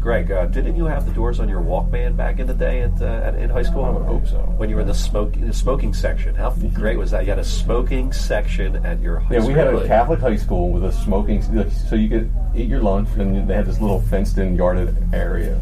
Speaker 5: Greg, uh, didn't you have the doors on your Walkman back in the day at, uh, at in high school?
Speaker 3: I would hope so.
Speaker 5: When you were in the smoke the smoking section, how great was that? You had a smoking section at your high
Speaker 3: Mm-hmm. Yeah, we
Speaker 5: school.
Speaker 3: had
Speaker 4: Really?
Speaker 3: a Catholic high school with a smoking, so you could eat your lunch, and they had this little fenced-in yarded area.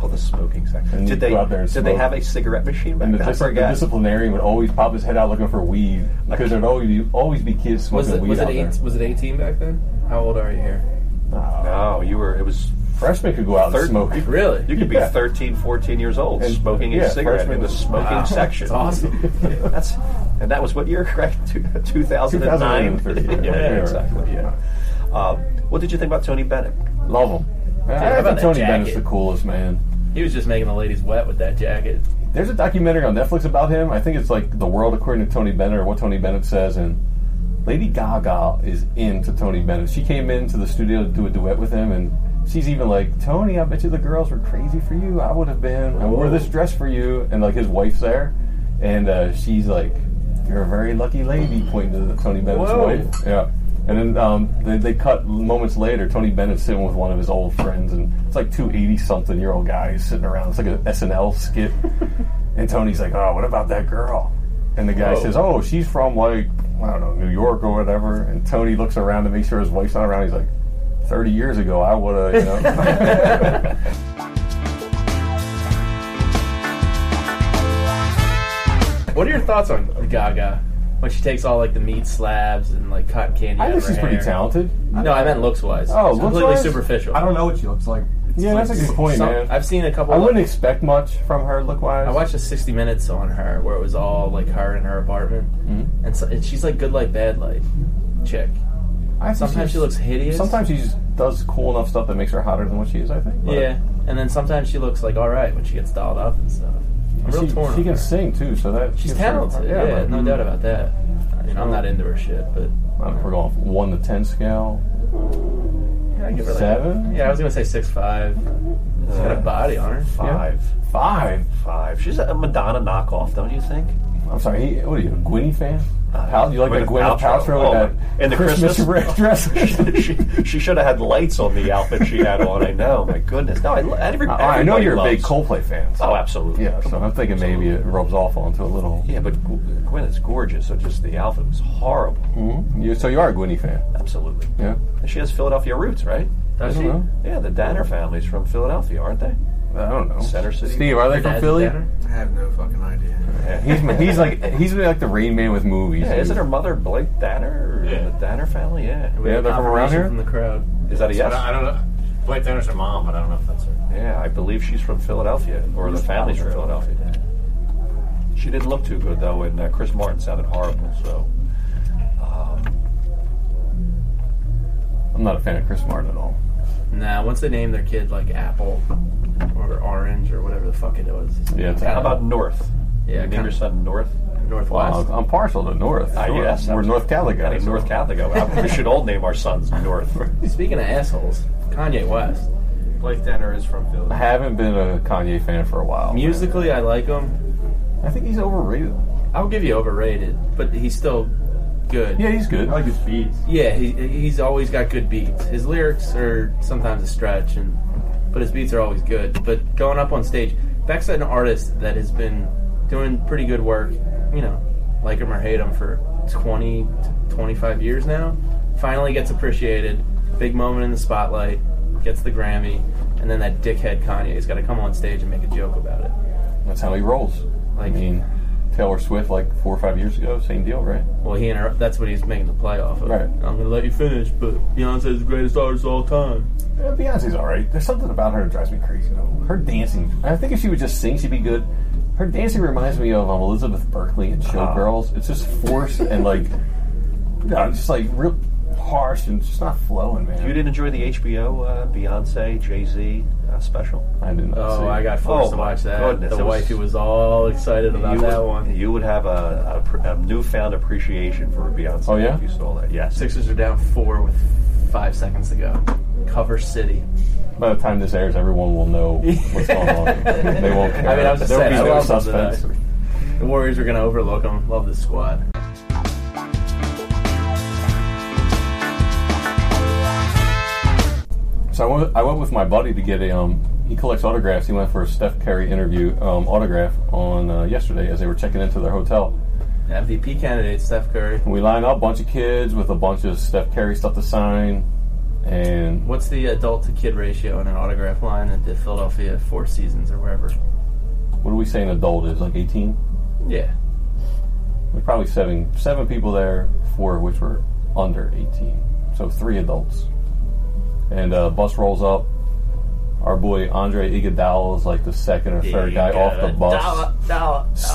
Speaker 5: oh, the smoking section.
Speaker 3: And
Speaker 5: Did
Speaker 3: you'd
Speaker 5: they
Speaker 3: go out there and
Speaker 5: did they
Speaker 3: smoke.
Speaker 5: have a cigarette machine back
Speaker 3: And the,
Speaker 5: then? I
Speaker 3: dis- the
Speaker 5: forgot.
Speaker 3: disciplinarian would always pop his head out looking for weed because there'd always be, always be kids smoking
Speaker 4: Was it
Speaker 3: weed
Speaker 4: was it
Speaker 3: out
Speaker 4: eight,
Speaker 3: there.
Speaker 4: was it eighteen back then? How old are you here?
Speaker 5: no, you were. It was.
Speaker 3: Freshmen could go out
Speaker 5: Third-
Speaker 3: and smoke.
Speaker 4: Really?
Speaker 5: You could be
Speaker 3: Yeah.
Speaker 5: 13, 14 years old
Speaker 3: And-
Speaker 5: smoking
Speaker 3: yeah,
Speaker 5: a cigarette
Speaker 3: freshman
Speaker 5: in the
Speaker 3: was-
Speaker 5: smoking
Speaker 4: Wow.
Speaker 5: section.
Speaker 4: That's awesome.
Speaker 5: That's and that was what year, correct? Two thousand and nine.
Speaker 3: 2009.
Speaker 5: yeah, exactly. Yeah. Um, what did you think about Tony Bennett?
Speaker 3: Love him.
Speaker 4: how
Speaker 3: I
Speaker 4: about
Speaker 3: think
Speaker 4: that
Speaker 3: Tony
Speaker 4: jacket?
Speaker 3: Bennett's the coolest man.
Speaker 4: He was just making the ladies wet with that jacket.
Speaker 3: There's a documentary on Netflix about him. I think it's like The World According to Tony Bennett or what Tony Bennett says. And Lady Gaga is into Tony Bennett. She came into the studio to do a duet with him, and she's even like, Tony, I bet you the girls were crazy for you. I would have been. I wore this dress for you. And like his wife's there, and uh, she's like, You're a very lucky lady, pointing to Tony Bennett's
Speaker 4: Whoa.
Speaker 3: wife. Yeah. And then um, they, they cut moments later. Tony Bennett sitting with one of his old friends, and it's like two eighty-something-year-old guys sitting around. It's like an SNL skit. and Tony's like, "Oh, what about that girl?" And the guy
Speaker 4: Whoa.
Speaker 3: says, "Oh, she's from like I don't know, New York or whatever." And Tony looks around to make sure his wife's not around. He's like, "30 years ago, I would have, you know."
Speaker 4: What are your thoughts on Gaga when she takes all like the meat slabs and like cotton candy?
Speaker 3: I
Speaker 4: out
Speaker 3: think
Speaker 4: of her
Speaker 3: she's pretty
Speaker 4: hair?
Speaker 3: talented.
Speaker 4: No, I meant looks wise.
Speaker 3: Oh,
Speaker 4: it's completely
Speaker 3: looks-wise?
Speaker 4: superficial.
Speaker 6: I don't know what she looks like.
Speaker 3: Yeah, that's a good point,
Speaker 4: Some-
Speaker 3: man.
Speaker 4: I've seen a couple.
Speaker 3: I wouldn't expect much from her look-wise.
Speaker 4: I watched a 60 Minutes on her where it was all like her in her apartment,
Speaker 3: Mm-hmm.
Speaker 4: and, so, and she's like good light bad light chick.
Speaker 3: I think
Speaker 4: Sometimes she
Speaker 3: she's-
Speaker 4: looks hideous.
Speaker 3: Sometimes she just does cool enough stuff that makes her hotter than what she is. I think. But
Speaker 4: yeah, and then sometimes she looks like all right when she gets dolled up and stuff. I'm real
Speaker 3: She,
Speaker 4: torn.
Speaker 3: she
Speaker 4: on
Speaker 3: can
Speaker 4: her.
Speaker 3: sing too, so that
Speaker 4: She's
Speaker 3: gives her-
Speaker 4: talented. Yeah,
Speaker 3: but- mm.
Speaker 4: no doubt about that. I mean, I'm not into her shit,
Speaker 3: I
Speaker 4: but
Speaker 3: don't know if we're going off one to ten scale.
Speaker 4: I give her like
Speaker 3: Seven?
Speaker 4: yeah, I was gonna say six five. She's
Speaker 3: Uh,
Speaker 4: got a body on her.
Speaker 5: Five.
Speaker 3: Five.
Speaker 5: Five. She's a Madonna knockoff, don't you think?
Speaker 3: I'm sorry. He, what are you, a Gwynny fan?
Speaker 5: Uh,
Speaker 3: How you like that Gwyneth
Speaker 5: Gwyneth
Speaker 3: Paltrow,
Speaker 5: Paltrow. Oh,
Speaker 3: with that
Speaker 5: and the
Speaker 3: Christmas,
Speaker 5: Christmas- Oh,
Speaker 3: dress?
Speaker 5: she, she should have had lights on the outfit she had on. I know. My goodness. No, I, lo- every,
Speaker 3: I, I know
Speaker 5: everybody
Speaker 3: you're a big
Speaker 5: loves-
Speaker 3: Coldplay fan. so-
Speaker 5: Oh, absolutely.
Speaker 3: Yeah, so I'm thinking maybe it rubs off onto a little.
Speaker 5: Yeah, but Gw- Gwyneth's gorgeous. So just the outfit was horrible.
Speaker 3: You, so you are a Gwynny fan.
Speaker 5: Absolutely.
Speaker 3: Yeah.
Speaker 5: And she has Philadelphia roots, right?
Speaker 4: Does
Speaker 3: I
Speaker 4: she?
Speaker 3: don't
Speaker 5: Yeah, the Danner family's from Philadelphia, aren't they?
Speaker 3: know. I don't know.
Speaker 5: Center City.
Speaker 3: Steve, are they
Speaker 4: Dad's
Speaker 3: from
Speaker 4: a
Speaker 3: Philly?
Speaker 4: tanner?
Speaker 9: I have no fucking idea.
Speaker 3: He's he's like he's like the Rain Man with movies.
Speaker 5: Yeah,
Speaker 3: dude.
Speaker 5: isn't her mother Blake Danner? Or
Speaker 9: Yeah.
Speaker 5: The Danner family? Yeah.
Speaker 4: We
Speaker 3: Yeah,
Speaker 4: have
Speaker 3: they're from around
Speaker 4: confirmation
Speaker 3: here?
Speaker 4: From the crowd.
Speaker 5: Is that a
Speaker 9: I don't,
Speaker 5: yes?
Speaker 9: I don't know. Blake Danner's her mom, but I don't know if that's her.
Speaker 5: Yeah, I believe she's from Philadelphia, or the family's from Philadelphia. She didn't look too good though, and uh, Chris Martin sounded horrible. So
Speaker 3: I'm not a fan of Chris Martin at all.
Speaker 4: Nah, once they name their kid like Apple or Orange or whatever the fuck it was.
Speaker 3: Yeah, it's
Speaker 5: how about North?
Speaker 4: Yeah,
Speaker 5: you name your son North.
Speaker 4: Northwest.
Speaker 3: Well, I'm partial to North.
Speaker 5: Ah,
Speaker 3: sure.
Speaker 5: yes,
Speaker 3: we're North Cali
Speaker 5: I
Speaker 3: guys.
Speaker 5: think North Catholic. I- We should all name our sons North.
Speaker 4: Speaking of assholes, Kanye West.
Speaker 9: Blake Danner is from
Speaker 3: I
Speaker 9: Philly.
Speaker 3: haven't been a Kanye fan for a while.
Speaker 4: Musically, I like him.
Speaker 3: I think he's overrated.
Speaker 4: I'll give you overrated, but he's still good.
Speaker 3: Yeah, he's good.
Speaker 5: Oh,
Speaker 6: I like his beats.
Speaker 4: Yeah, he, he's always got good beats. His lyrics are sometimes a stretch, and but his beats are always good. But going up on stage, Beck's an artist that has been doing pretty good work, you know, like him or hate him, for 20 to 25 years now. Finally gets appreciated, big moment in the spotlight, gets the Grammy, and then that dickhead Kanye's got to come on stage and make a joke about it.
Speaker 3: That's how he rolls. I
Speaker 4: Like,
Speaker 3: mean, Taylor Swift, like four or five years ago, same deal, right?
Speaker 4: Well, he inter- that's what he's making the play off of.
Speaker 3: Right.
Speaker 4: I'm gonna let you finish, but Beyonce's the greatest artist of all time.
Speaker 3: Yeah, Beyonce's all right. There's something about her that drives me crazy, though. Her dancing. I think if she would just sing, she'd be good. Her dancing reminds me of um, Elizabeth Berkley and Showgirls. It's just forced and like, no, just like real harsh and just not flowing, man.
Speaker 5: You didn't enjoy the HBO uh, Beyonce Jay Z uh, special?
Speaker 3: I did not see.
Speaker 4: Oh, I got forced
Speaker 5: Oh,
Speaker 4: to
Speaker 5: my
Speaker 4: watch that.
Speaker 5: goodness,
Speaker 4: the
Speaker 5: it was-
Speaker 4: wifey was all excited about
Speaker 5: you
Speaker 4: that
Speaker 5: would,
Speaker 4: one.
Speaker 5: You would have a, a, pr- a newfound appreciation for Beyonce.
Speaker 3: Oh, yeah?
Speaker 5: if you saw that. Yes.
Speaker 4: Sixers are down four with five seconds to go. Cover City.
Speaker 3: By the time this airs, everyone will know what's going on. they won't care.
Speaker 4: I mean, I was just
Speaker 3: there
Speaker 4: saying, I
Speaker 3: will be no
Speaker 4: love them
Speaker 3: suspense.
Speaker 4: today. The Warriors are going to overlook them. Love this squad.
Speaker 3: So I went, I went with my buddy to get a. Um, he collects autographs. He went for a Steph Curry interview um, autograph on uh, yesterday as they were checking into their hotel.
Speaker 4: MVP candidate Steph Curry.
Speaker 3: And we lined up a bunch of kids with a bunch of Steph Curry stuff to sign, and
Speaker 4: What's the adult to kid ratio in an autograph line at the Philadelphia Four Seasons or wherever?
Speaker 3: what do we say an adult is like eighteen?
Speaker 4: Yeah.
Speaker 3: There's probably seven seven people there, four of which were under 18. So three adults. And uh, bus rolls up. Our boy Andre Iguodala is like the second or third guy off the bus.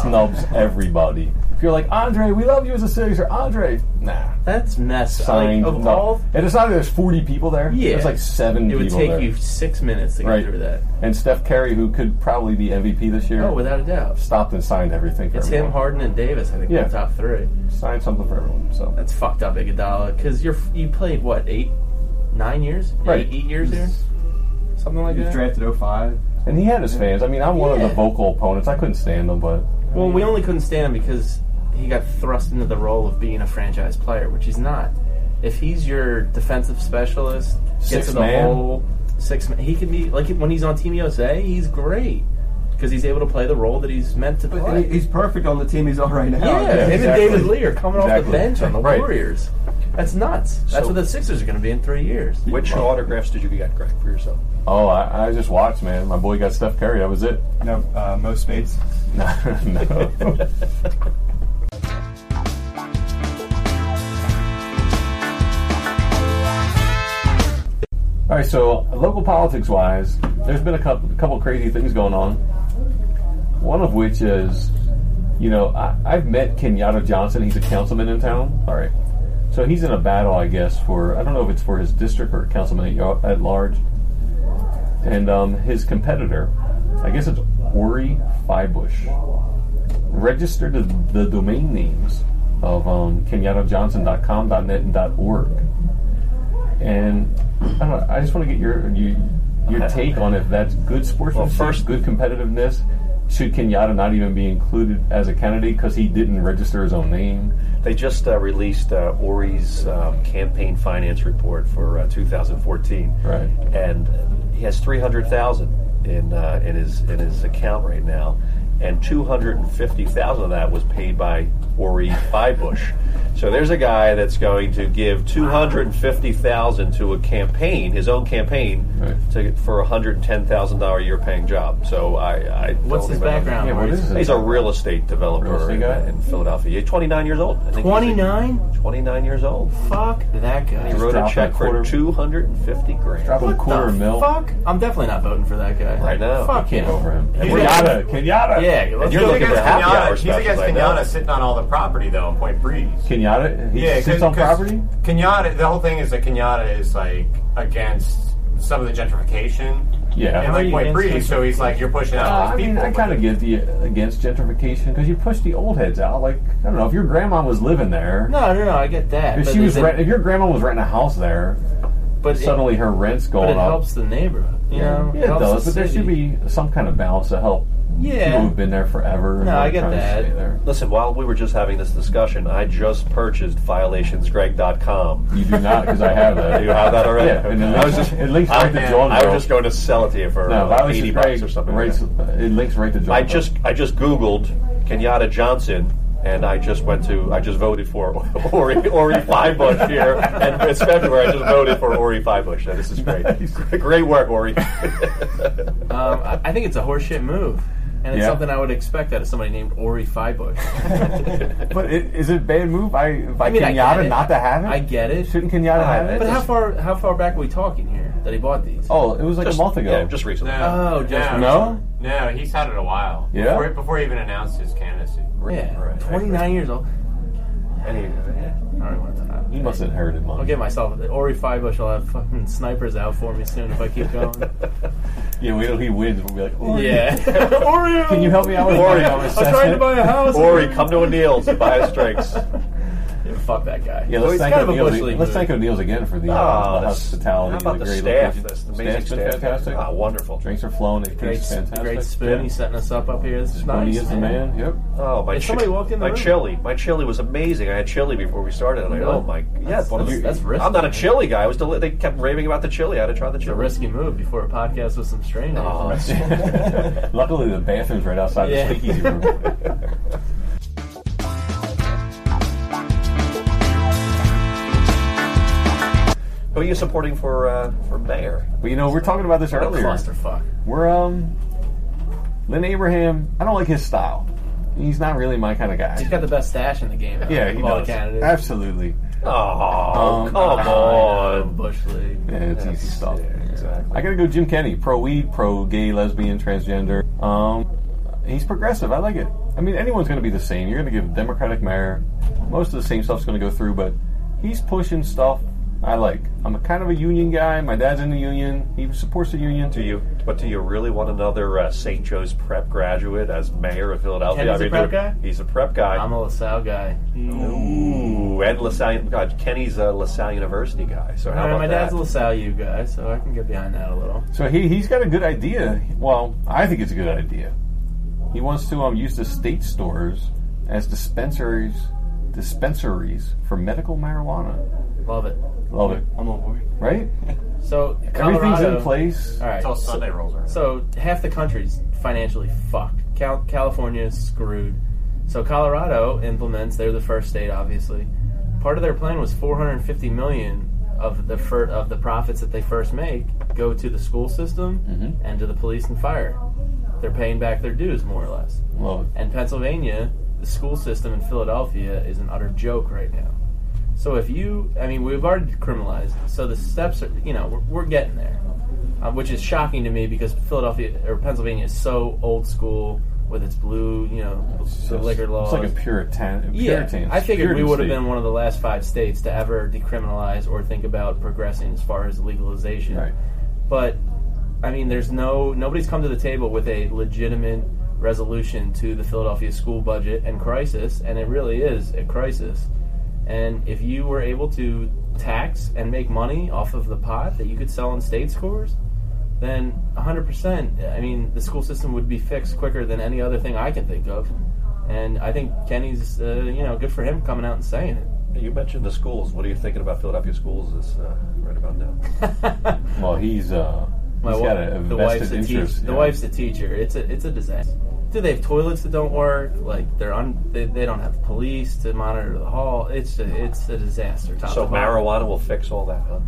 Speaker 3: Snubs everybody. If you're like Andre, we love you as a signature, Andre. Nah,
Speaker 4: That's mess.
Speaker 3: signed.
Speaker 4: Like, of
Speaker 3: no.
Speaker 4: all,
Speaker 3: and it's not like there's 40 people there.
Speaker 4: Yeah.
Speaker 3: there's like seven
Speaker 4: it would
Speaker 3: people
Speaker 4: take
Speaker 3: there.
Speaker 4: you six minutes to get
Speaker 3: Right.
Speaker 4: through that.
Speaker 3: And Steph Curry, who could probably be MVP this year,
Speaker 4: Oh, without a doubt.
Speaker 3: stopped and signed everything. For
Speaker 4: It's him,
Speaker 3: everyone.
Speaker 4: Harden, and Davis. I think yeah.
Speaker 3: Yeah.
Speaker 4: the top three.
Speaker 3: Signed something for everyone. So
Speaker 4: That's fucked up, Iguodala. Because you're you played what eight, nine years,
Speaker 3: Right.
Speaker 4: Eight, eight years here, something like
Speaker 6: He was
Speaker 4: that.
Speaker 6: drafted 05.
Speaker 3: and he had his fans. I mean, I'm one of
Speaker 4: Yeah.
Speaker 3: the vocal opponents. I couldn't stand them, but
Speaker 4: Well, we only couldn't stand him because he got thrust into the role of being a franchise player, which he's not. If he's your defensive specialist, gets
Speaker 3: Sixth
Speaker 4: in the
Speaker 3: man.
Speaker 4: hole, six man, he can be like when he's on Team USA, he's great because he's able to play the role that he's meant to
Speaker 6: But
Speaker 4: play.
Speaker 6: he- he's perfect on the team he's on right now.
Speaker 4: yeah, him
Speaker 3: exactly.
Speaker 4: and David Lee are coming off the
Speaker 3: Exactly.
Speaker 4: bench on the
Speaker 3: Right.
Speaker 4: Warriors. That's nuts. That's
Speaker 5: So-
Speaker 4: what the Sixers are going to be in three years.
Speaker 5: Which autographs did you get, Greg, for yourself?
Speaker 3: oh, I, I just watched, man. My boy got Steph Curry. That was it.
Speaker 6: No, uh, most spades.
Speaker 3: No, no. All right, so local politics wise, there's been a couple, a couple crazy things going on. One of which is, you know, I, I've met Kenyatta Johnson. He's a councilman in town. All right. So he's in a battle, I guess, for, I don't know if it's for his district or councilman at, yo- at large. And um, his competitor, I guess it's Ori Fibush, registered the, the domain names of um, KenyattaJohnson.com, .net, and .org. And I don't know. I just want to get your your, your take on if that's good sportsmanship,
Speaker 5: first-
Speaker 3: good competitiveness. Should Kenyatta not even be included as a candidate because he didn't register his own name?
Speaker 5: They just uh, released uh, Ori's um, campaign finance report for uh, 2014.
Speaker 3: Right.
Speaker 5: and he has three hundred thousand in uh, in his in his account right now, and two hundred and fifty thousand of that was paid by Ori Fibush. So there's a guy that's going to give two hundred and fifty thousand to a campaign, his own campaign,
Speaker 3: Right.
Speaker 5: to, for a hundred and ten thousand dollar a year paying job. So I, I don't
Speaker 4: What's his
Speaker 5: even know.
Speaker 4: background?
Speaker 3: Yeah, what is it?
Speaker 5: He's a real estate developer
Speaker 3: Real estate guy?
Speaker 5: in, in Philadelphia. He's 29 years old. I think he's a-
Speaker 4: 29?
Speaker 5: 29 years old.
Speaker 4: Fuck that guy.
Speaker 5: He wrote
Speaker 3: dropping
Speaker 5: a
Speaker 3: a
Speaker 5: check for
Speaker 3: quarter-
Speaker 5: 250 grand.
Speaker 3: Drop a
Speaker 4: What
Speaker 3: quarter
Speaker 4: the
Speaker 3: mil
Speaker 4: Fuck! I'm definitely not voting for that guy.
Speaker 5: I know.
Speaker 4: Fuck him.
Speaker 3: over him.
Speaker 5: He's
Speaker 3: Kenyatta, Kenyatta.
Speaker 4: Yeah, let's
Speaker 5: And you're
Speaker 4: do it.
Speaker 5: looking for happy hour
Speaker 9: He's
Speaker 5: specials,
Speaker 9: against
Speaker 5: I know.
Speaker 9: Kenyatta sitting on all the property though in Point Breeze.
Speaker 3: Kenyatta. He
Speaker 9: Yeah,
Speaker 3: sits
Speaker 9: 'cause-
Speaker 3: on
Speaker 9: 'cause
Speaker 3: property.
Speaker 9: Kenyatta, the whole thing is that Kenyatta is like against some of the gentrification.
Speaker 3: Yeah.
Speaker 9: and
Speaker 4: Are
Speaker 9: like
Speaker 4: you
Speaker 9: Point
Speaker 4: against
Speaker 9: Breeze, so he's like you're pushing out
Speaker 3: Uh,
Speaker 9: all
Speaker 3: I
Speaker 9: these
Speaker 3: mean,
Speaker 9: people.
Speaker 3: I kind of get the against gentrification because you push the old heads out. Like I don't know if your grandma was living there.
Speaker 4: No, no, no. I get that.
Speaker 3: If
Speaker 4: but
Speaker 3: she was
Speaker 4: is it-
Speaker 3: rent, if your grandma was renting a house there,
Speaker 4: but it-
Speaker 3: suddenly her rent's
Speaker 4: but
Speaker 3: going
Speaker 4: it
Speaker 3: up.
Speaker 4: helps the neighborhood. You know,
Speaker 3: yeah, it
Speaker 4: helps
Speaker 3: does.
Speaker 4: the
Speaker 3: But there should
Speaker 4: city.
Speaker 3: be some kind of balance to help people
Speaker 4: Yeah,
Speaker 3: who've been there forever. and
Speaker 4: No,
Speaker 3: are
Speaker 4: I get
Speaker 3: trying to
Speaker 4: that.
Speaker 3: stay there.
Speaker 5: Listen, while we were just having this discussion, I just purchased violationsgreg.com.
Speaker 3: You do not because I have that.
Speaker 5: You have that already?
Speaker 3: Yeah, and it links,
Speaker 5: I was just-
Speaker 3: it links right to
Speaker 5: I,
Speaker 3: John.
Speaker 5: I was just going to sell it to you for
Speaker 3: no,
Speaker 5: like,
Speaker 3: Violation
Speaker 5: 80
Speaker 3: Greg
Speaker 5: bucks or something.
Speaker 3: rates- it links right to John.
Speaker 5: I just I just Googled Kenyatta Johnson. And I just went to I just voted for Ori Ori Fibush here, and it's February. I just voted for Ori Fibush. So this is great, great work, Ori.
Speaker 4: um, I, I think it's a horseshit move, and it's
Speaker 3: Yeah.
Speaker 4: something I would expect out of somebody named Ori Fibush.
Speaker 3: But it, is it a bad move by by
Speaker 4: I mean, I get
Speaker 3: Kenyatta
Speaker 4: it.
Speaker 3: not to have it?
Speaker 4: I get it.
Speaker 3: Shouldn't Kenyatta
Speaker 5: I-
Speaker 3: have it?
Speaker 4: But how far how far back are we talking here that he bought these?
Speaker 3: Oh, it was like
Speaker 5: Just-
Speaker 3: a month ago.
Speaker 5: yeah, just recently.
Speaker 4: Oh, just
Speaker 9: no,
Speaker 3: no.
Speaker 9: no, he's had it a while.
Speaker 3: Yeah?
Speaker 9: before, before he even announced his candidacy.
Speaker 4: yeah,
Speaker 5: right, right.
Speaker 4: 29 years old.
Speaker 5: Any-
Speaker 4: I don't even want to talk.
Speaker 3: He must have inherited money.
Speaker 4: uh, I'll get myself Ori Fibush. will have fucking snipers out for me soon if I keep going.
Speaker 3: Yeah, wait till he wins. We'll be like, oh,
Speaker 4: yeah, Oreo.
Speaker 3: Can you help me out with
Speaker 5: Oreo.
Speaker 3: my
Speaker 4: I'm trying to
Speaker 3: assessment?
Speaker 4: buy a house.
Speaker 5: Ori, come to O'Neill's, buy us drinks.
Speaker 4: Yeah, fuck that guy.
Speaker 3: Yeah,
Speaker 4: So
Speaker 3: let's
Speaker 4: he's
Speaker 3: thank
Speaker 4: kind of a
Speaker 3: O'Neill's.
Speaker 4: bush league
Speaker 3: Let's
Speaker 4: move.
Speaker 3: thank O'Neill's again for the, uh,
Speaker 5: Ah,
Speaker 4: Oh,
Speaker 3: the
Speaker 5: that's-
Speaker 3: hospitality.
Speaker 5: How about
Speaker 3: and
Speaker 5: the,
Speaker 3: the, great
Speaker 5: staff?
Speaker 3: location.
Speaker 5: That's the amazing
Speaker 3: Staff's been
Speaker 5: staff.
Speaker 3: fantastic.
Speaker 5: Ah, wonderful.
Speaker 3: Drinks are flowing. They
Speaker 4: Great,
Speaker 3: taste fantastic.
Speaker 4: great spoon. He's setting us up up here. This is
Speaker 3: Yeah. Tony
Speaker 4: nice.
Speaker 3: is the man. Yep.
Speaker 5: Oh, my
Speaker 4: Hey, somebody walked in the
Speaker 5: my
Speaker 4: room.
Speaker 5: chili. My chili was amazing. I had chili before we started. I'm like,
Speaker 4: Really?
Speaker 5: oh my, yeah,
Speaker 4: That's-
Speaker 5: one of the-
Speaker 4: that's- that's
Speaker 5: I'm not a
Speaker 4: risky.
Speaker 5: chili guy. I was deli- they kept raving about the chili. I had to try the
Speaker 4: It's a
Speaker 5: chili.
Speaker 4: risky move before a podcast with some strangers.
Speaker 5: Oh, that's-
Speaker 3: Luckily, the bathroom's right outside
Speaker 4: Yeah.
Speaker 3: the speakeasy room.
Speaker 5: Who are you supporting for uh, for mayor?
Speaker 3: But you know, we're talking about this
Speaker 4: what a
Speaker 3: earlier.
Speaker 4: clusterfuck.
Speaker 3: We're um, Lynn Abraham. I don't like his style. He's not really my kind of guy.
Speaker 4: He's got the best stash in the game. though,
Speaker 3: yeah,
Speaker 4: of
Speaker 3: he
Speaker 4: all the
Speaker 3: does.
Speaker 4: candidates.
Speaker 3: Absolutely.
Speaker 5: Oh,
Speaker 3: Um,
Speaker 4: uh, Oh,
Speaker 5: come on.
Speaker 4: Bush League.
Speaker 3: Yeah, it's easy stuff.
Speaker 5: Exactly.
Speaker 3: I gotta go Jim Kenny. Pro weed, pro gay, lesbian, transgender. Um, he's progressive. I like it. I mean, anyone's going to be the same. You're going to give Democratic mayor. Most of the same stuff's going to go through, but he's pushing stuff I like. I'm a kind of a union guy. My dad's in the union. He supports the union.
Speaker 5: Do you? But do you really want another uh, St. Joe's prep graduate as mayor of Philadelphia?
Speaker 4: Kenny's a prep
Speaker 5: they're-
Speaker 4: guy?
Speaker 5: He's a prep guy.
Speaker 4: I'm a LaSalle guy.
Speaker 5: Ooh, and LaSalle. God, Kenny's a LaSalle University guy. So how
Speaker 4: All right,
Speaker 5: about
Speaker 4: my dad's
Speaker 5: that?
Speaker 4: a LaSalle U guy, so I can get behind that a little.
Speaker 3: So he, he's got a good idea. Well, I think it's a good idea. He wants to um, use the state stores as dispensaries dispensaries for medical marijuana.
Speaker 4: Love it.
Speaker 3: Love it,
Speaker 6: I'm on board.
Speaker 3: right?
Speaker 4: So
Speaker 3: Everything's
Speaker 4: Colorado-
Speaker 3: in place.
Speaker 4: All right.
Speaker 9: Until Sunday rolls around.
Speaker 4: So half the country's financially fucked. Cal- California's screwed. So Colorado implements. They're the first state, obviously. Part of their plan was 450 million of the fir- of the profits that they first make go to the school system and to the police and fire. They're paying back their dues more or less.
Speaker 3: Love it.
Speaker 4: And Pennsylvania, the school system in Philadelphia is an utter joke right now. So if you, I mean, we've already criminalized. So the steps are, you know, we're, we're getting there, um, which is shocking to me because Philadelphia or Pennsylvania is so old school with its blue, you know, the liquor laws.
Speaker 3: It's like a puritan.
Speaker 4: yeah,
Speaker 3: Puritan
Speaker 4: I figured we
Speaker 3: Puritan
Speaker 4: would have
Speaker 3: state.
Speaker 4: been one of the last five states to ever decriminalize or think about progressing as far as legalization
Speaker 3: right.
Speaker 4: but I mean, there's no nobody's come to the table with a legitimate resolution to the Philadelphia school budget and crisis, and it really is a crisis. And if you were able to tax and make money off of the pot that you could sell in state scores, then 100%, I mean, the school system would be fixed quicker than any other thing I can think of. And I think Kenny's, uh, you know, good for him coming out and saying it.
Speaker 5: you mentioned the schools. What are you thinking about Philadelphia schools this uh, right about now?
Speaker 3: Well, he's uh,
Speaker 4: My
Speaker 3: he's
Speaker 4: wi-
Speaker 3: got a
Speaker 4: the wife's
Speaker 3: vested
Speaker 4: a teacher.
Speaker 3: interest.
Speaker 4: The
Speaker 3: yeah.
Speaker 4: wife's a teacher. It's a it's a disaster. Do they have toilets that don't work? Like they're on. They, they don't have police to monitor the hall. It's a, it's a disaster. Top
Speaker 5: So
Speaker 4: to bottom.
Speaker 5: marijuana will fix all that, huh?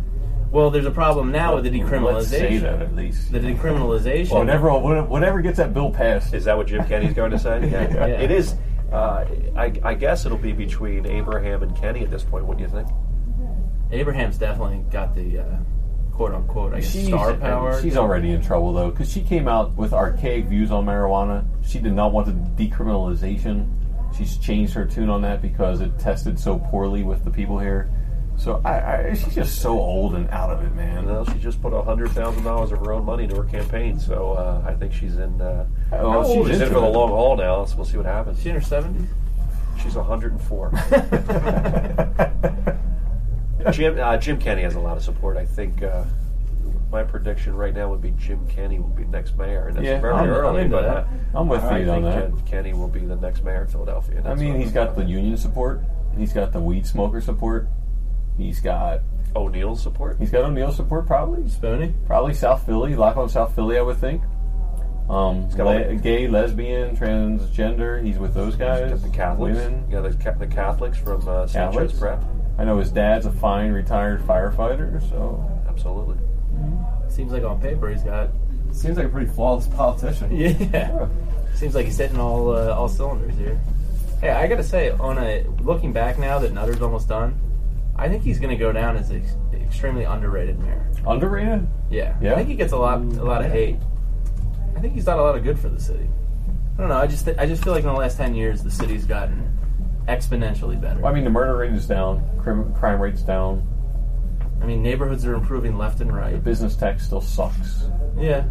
Speaker 4: Well, there's a problem now with the
Speaker 3: Let's say
Speaker 4: decriminalization.
Speaker 3: that at least.
Speaker 4: The decriminalization.
Speaker 3: Whatever, whatever gets that bill passed.
Speaker 5: Is that what Jim Kenny's going to say? yeah.
Speaker 4: Yeah.
Speaker 5: It is. Uh, I, I guess it'll be between Abraham and Kenny at this point. What do you think?
Speaker 4: Abraham's definitely got the uh, quote unquote I guess
Speaker 3: She's, uh,
Speaker 4: star power.
Speaker 3: she's already in trouble though, because she came out with archaic views on marijuana. She did not want the decriminalization. She's changed her tune on that because it tested so poorly with the people here. So I, I she's just so old and out of it, man.
Speaker 5: Well, she just put hundred thousand dollars of her own money into her campaign, so uh, I think she's in. Uh,
Speaker 3: Oh,
Speaker 5: how old
Speaker 3: she's
Speaker 5: is it
Speaker 3: into
Speaker 5: for the
Speaker 3: it.
Speaker 5: long haul now? So we'll see what happens.
Speaker 4: She in her seventies.
Speaker 5: She's hundred and four. Jim uh, Jim Kenny has a lot of support. I think uh, my prediction right now would be Jim Kenny will be next mayor, and that's
Speaker 3: Yeah,
Speaker 5: very
Speaker 3: I'm- I'm
Speaker 5: early.
Speaker 4: into
Speaker 5: but
Speaker 4: that.
Speaker 5: uh,
Speaker 3: I'm with
Speaker 5: I
Speaker 3: you on
Speaker 5: think
Speaker 3: that.
Speaker 5: Jim Kenny will be the next mayor of Philadelphia. and
Speaker 3: I
Speaker 5: that's
Speaker 3: mean,
Speaker 5: what
Speaker 3: he's
Speaker 5: I'm
Speaker 3: got the
Speaker 5: thinking.
Speaker 3: union support. He's got the weed smoker support. He's got
Speaker 5: O'Neill's Oh, support.
Speaker 3: he's got O'Neill support probably.
Speaker 4: Spoony.
Speaker 3: Probably South Philly, lock on South Philly, I would think. Um,
Speaker 5: got
Speaker 3: le-
Speaker 5: all-
Speaker 3: gay, lesbian, transgender. He's with those guys.
Speaker 5: Got the Catholics.
Speaker 3: women.
Speaker 5: Yeah, the, Ca- the Catholics from uh, St. Joe's
Speaker 3: Catholics?
Speaker 5: Prep.
Speaker 3: I know his dad's a fine retired firefighter, so
Speaker 5: Absolutely.
Speaker 4: Seems like on paper he's got.
Speaker 6: Seems like a pretty flawless politician.
Speaker 4: Yeah. Seems like he's hitting all uh, all cylinders here. Hey, I gotta say, on a looking back now that Nutter's almost done, I think he's gonna go down as ex- extremely underrated mayor.
Speaker 3: underrated.
Speaker 4: Yeah.
Speaker 3: Yeah?
Speaker 4: I think he gets a lot a lot of hate. I think he's done a lot of good for the city. I don't know. I just th- I just feel like in the last ten years the city's gotten exponentially better.
Speaker 3: I mean, the murder rate is down, crim- crime rate's down,
Speaker 4: I mean, neighborhoods are improving left and right.
Speaker 3: business tax still sucks.
Speaker 4: Yeah.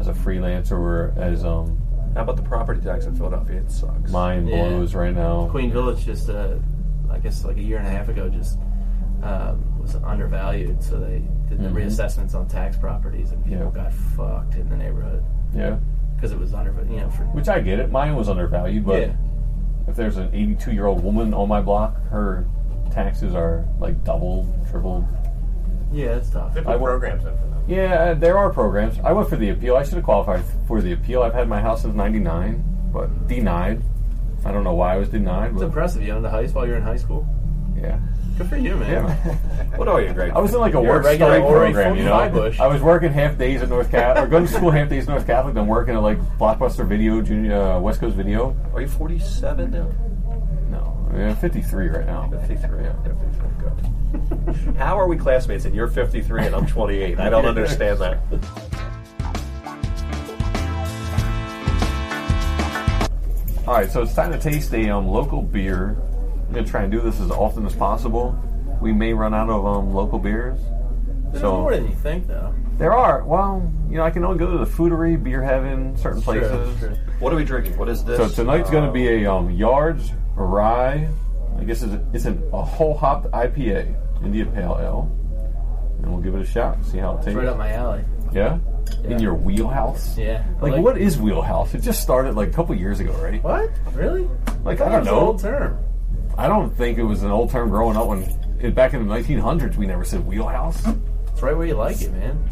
Speaker 3: As a freelancer, or as um,
Speaker 5: How about the property tax in Philadelphia? It sucks.
Speaker 3: mine
Speaker 4: Yeah.
Speaker 3: blows right now.
Speaker 4: Queen Village just, uh, I guess, like a year and a half ago, just um, was undervalued. So they did the
Speaker 3: Mhm.
Speaker 4: reassessments on tax properties, and people
Speaker 3: Yeah.
Speaker 4: got fucked in the neighborhood
Speaker 3: Yeah,
Speaker 4: because it was under, you know, for
Speaker 3: which I get it. Mine was undervalued, but
Speaker 4: yeah,
Speaker 3: if there's an 82 year old woman on my block, her taxes are like double, triple.
Speaker 4: yeah, it's tough.
Speaker 9: They put
Speaker 3: I wa-
Speaker 9: programs in for them.
Speaker 3: Yeah, uh, there are programs. I went for the appeal. I should have qualified for the appeal. I've had my house since '99, but denied. I don't know why I was denied.
Speaker 4: It's
Speaker 3: But
Speaker 4: impressive. You owned a house while you were in high school.
Speaker 3: yeah,
Speaker 4: Good for you, man.
Speaker 3: yeah.
Speaker 5: What are you, Greg?
Speaker 3: I was in like a work
Speaker 4: a regular
Speaker 3: study
Speaker 4: Ori
Speaker 3: program, you know.
Speaker 4: full-time bush.
Speaker 3: I was working half days at North Catholic, or going to school half days at North Catholic, then working at like Blockbuster Video, Junior, uh, West Coast Video.
Speaker 5: Are you 47 now?
Speaker 3: No, I mean, I'm 53 right now.
Speaker 5: 53. Yeah, 53. Good. How are we classmates and you're 53 and I'm 28? I don't understand that.
Speaker 3: All right, so it's time to taste a um, local beer. We're gonna try and do this as often as possible. We may run out of um, local beers.
Speaker 4: There's
Speaker 3: So-
Speaker 4: more than you think, though.
Speaker 3: There are. Well, you know, I can only go to the foodery, beer heaven, certain
Speaker 4: Sure,
Speaker 3: places.
Speaker 4: sure.
Speaker 5: What are we drinking? What is this?
Speaker 3: So tonight's going to
Speaker 5: Uh,
Speaker 3: be a um, Yards Rye. I guess it's, a, it's an, a whole hopped IPA, India Pale Ale, and we'll give it a shot. See how it tastes.
Speaker 4: Right up my alley.
Speaker 3: yeah?
Speaker 4: Yeah.
Speaker 3: in your wheelhouse.
Speaker 4: Yeah. I
Speaker 3: Like, what is wheelhouse? It just started like a couple years ago, right?
Speaker 4: What? Really?
Speaker 3: Like
Speaker 4: That
Speaker 3: I don't
Speaker 4: was an old
Speaker 3: know.
Speaker 4: term.
Speaker 3: I don't think it was an old term growing up when it, back in the 1900s we never said wheelhouse.
Speaker 4: It's right where you like it, man.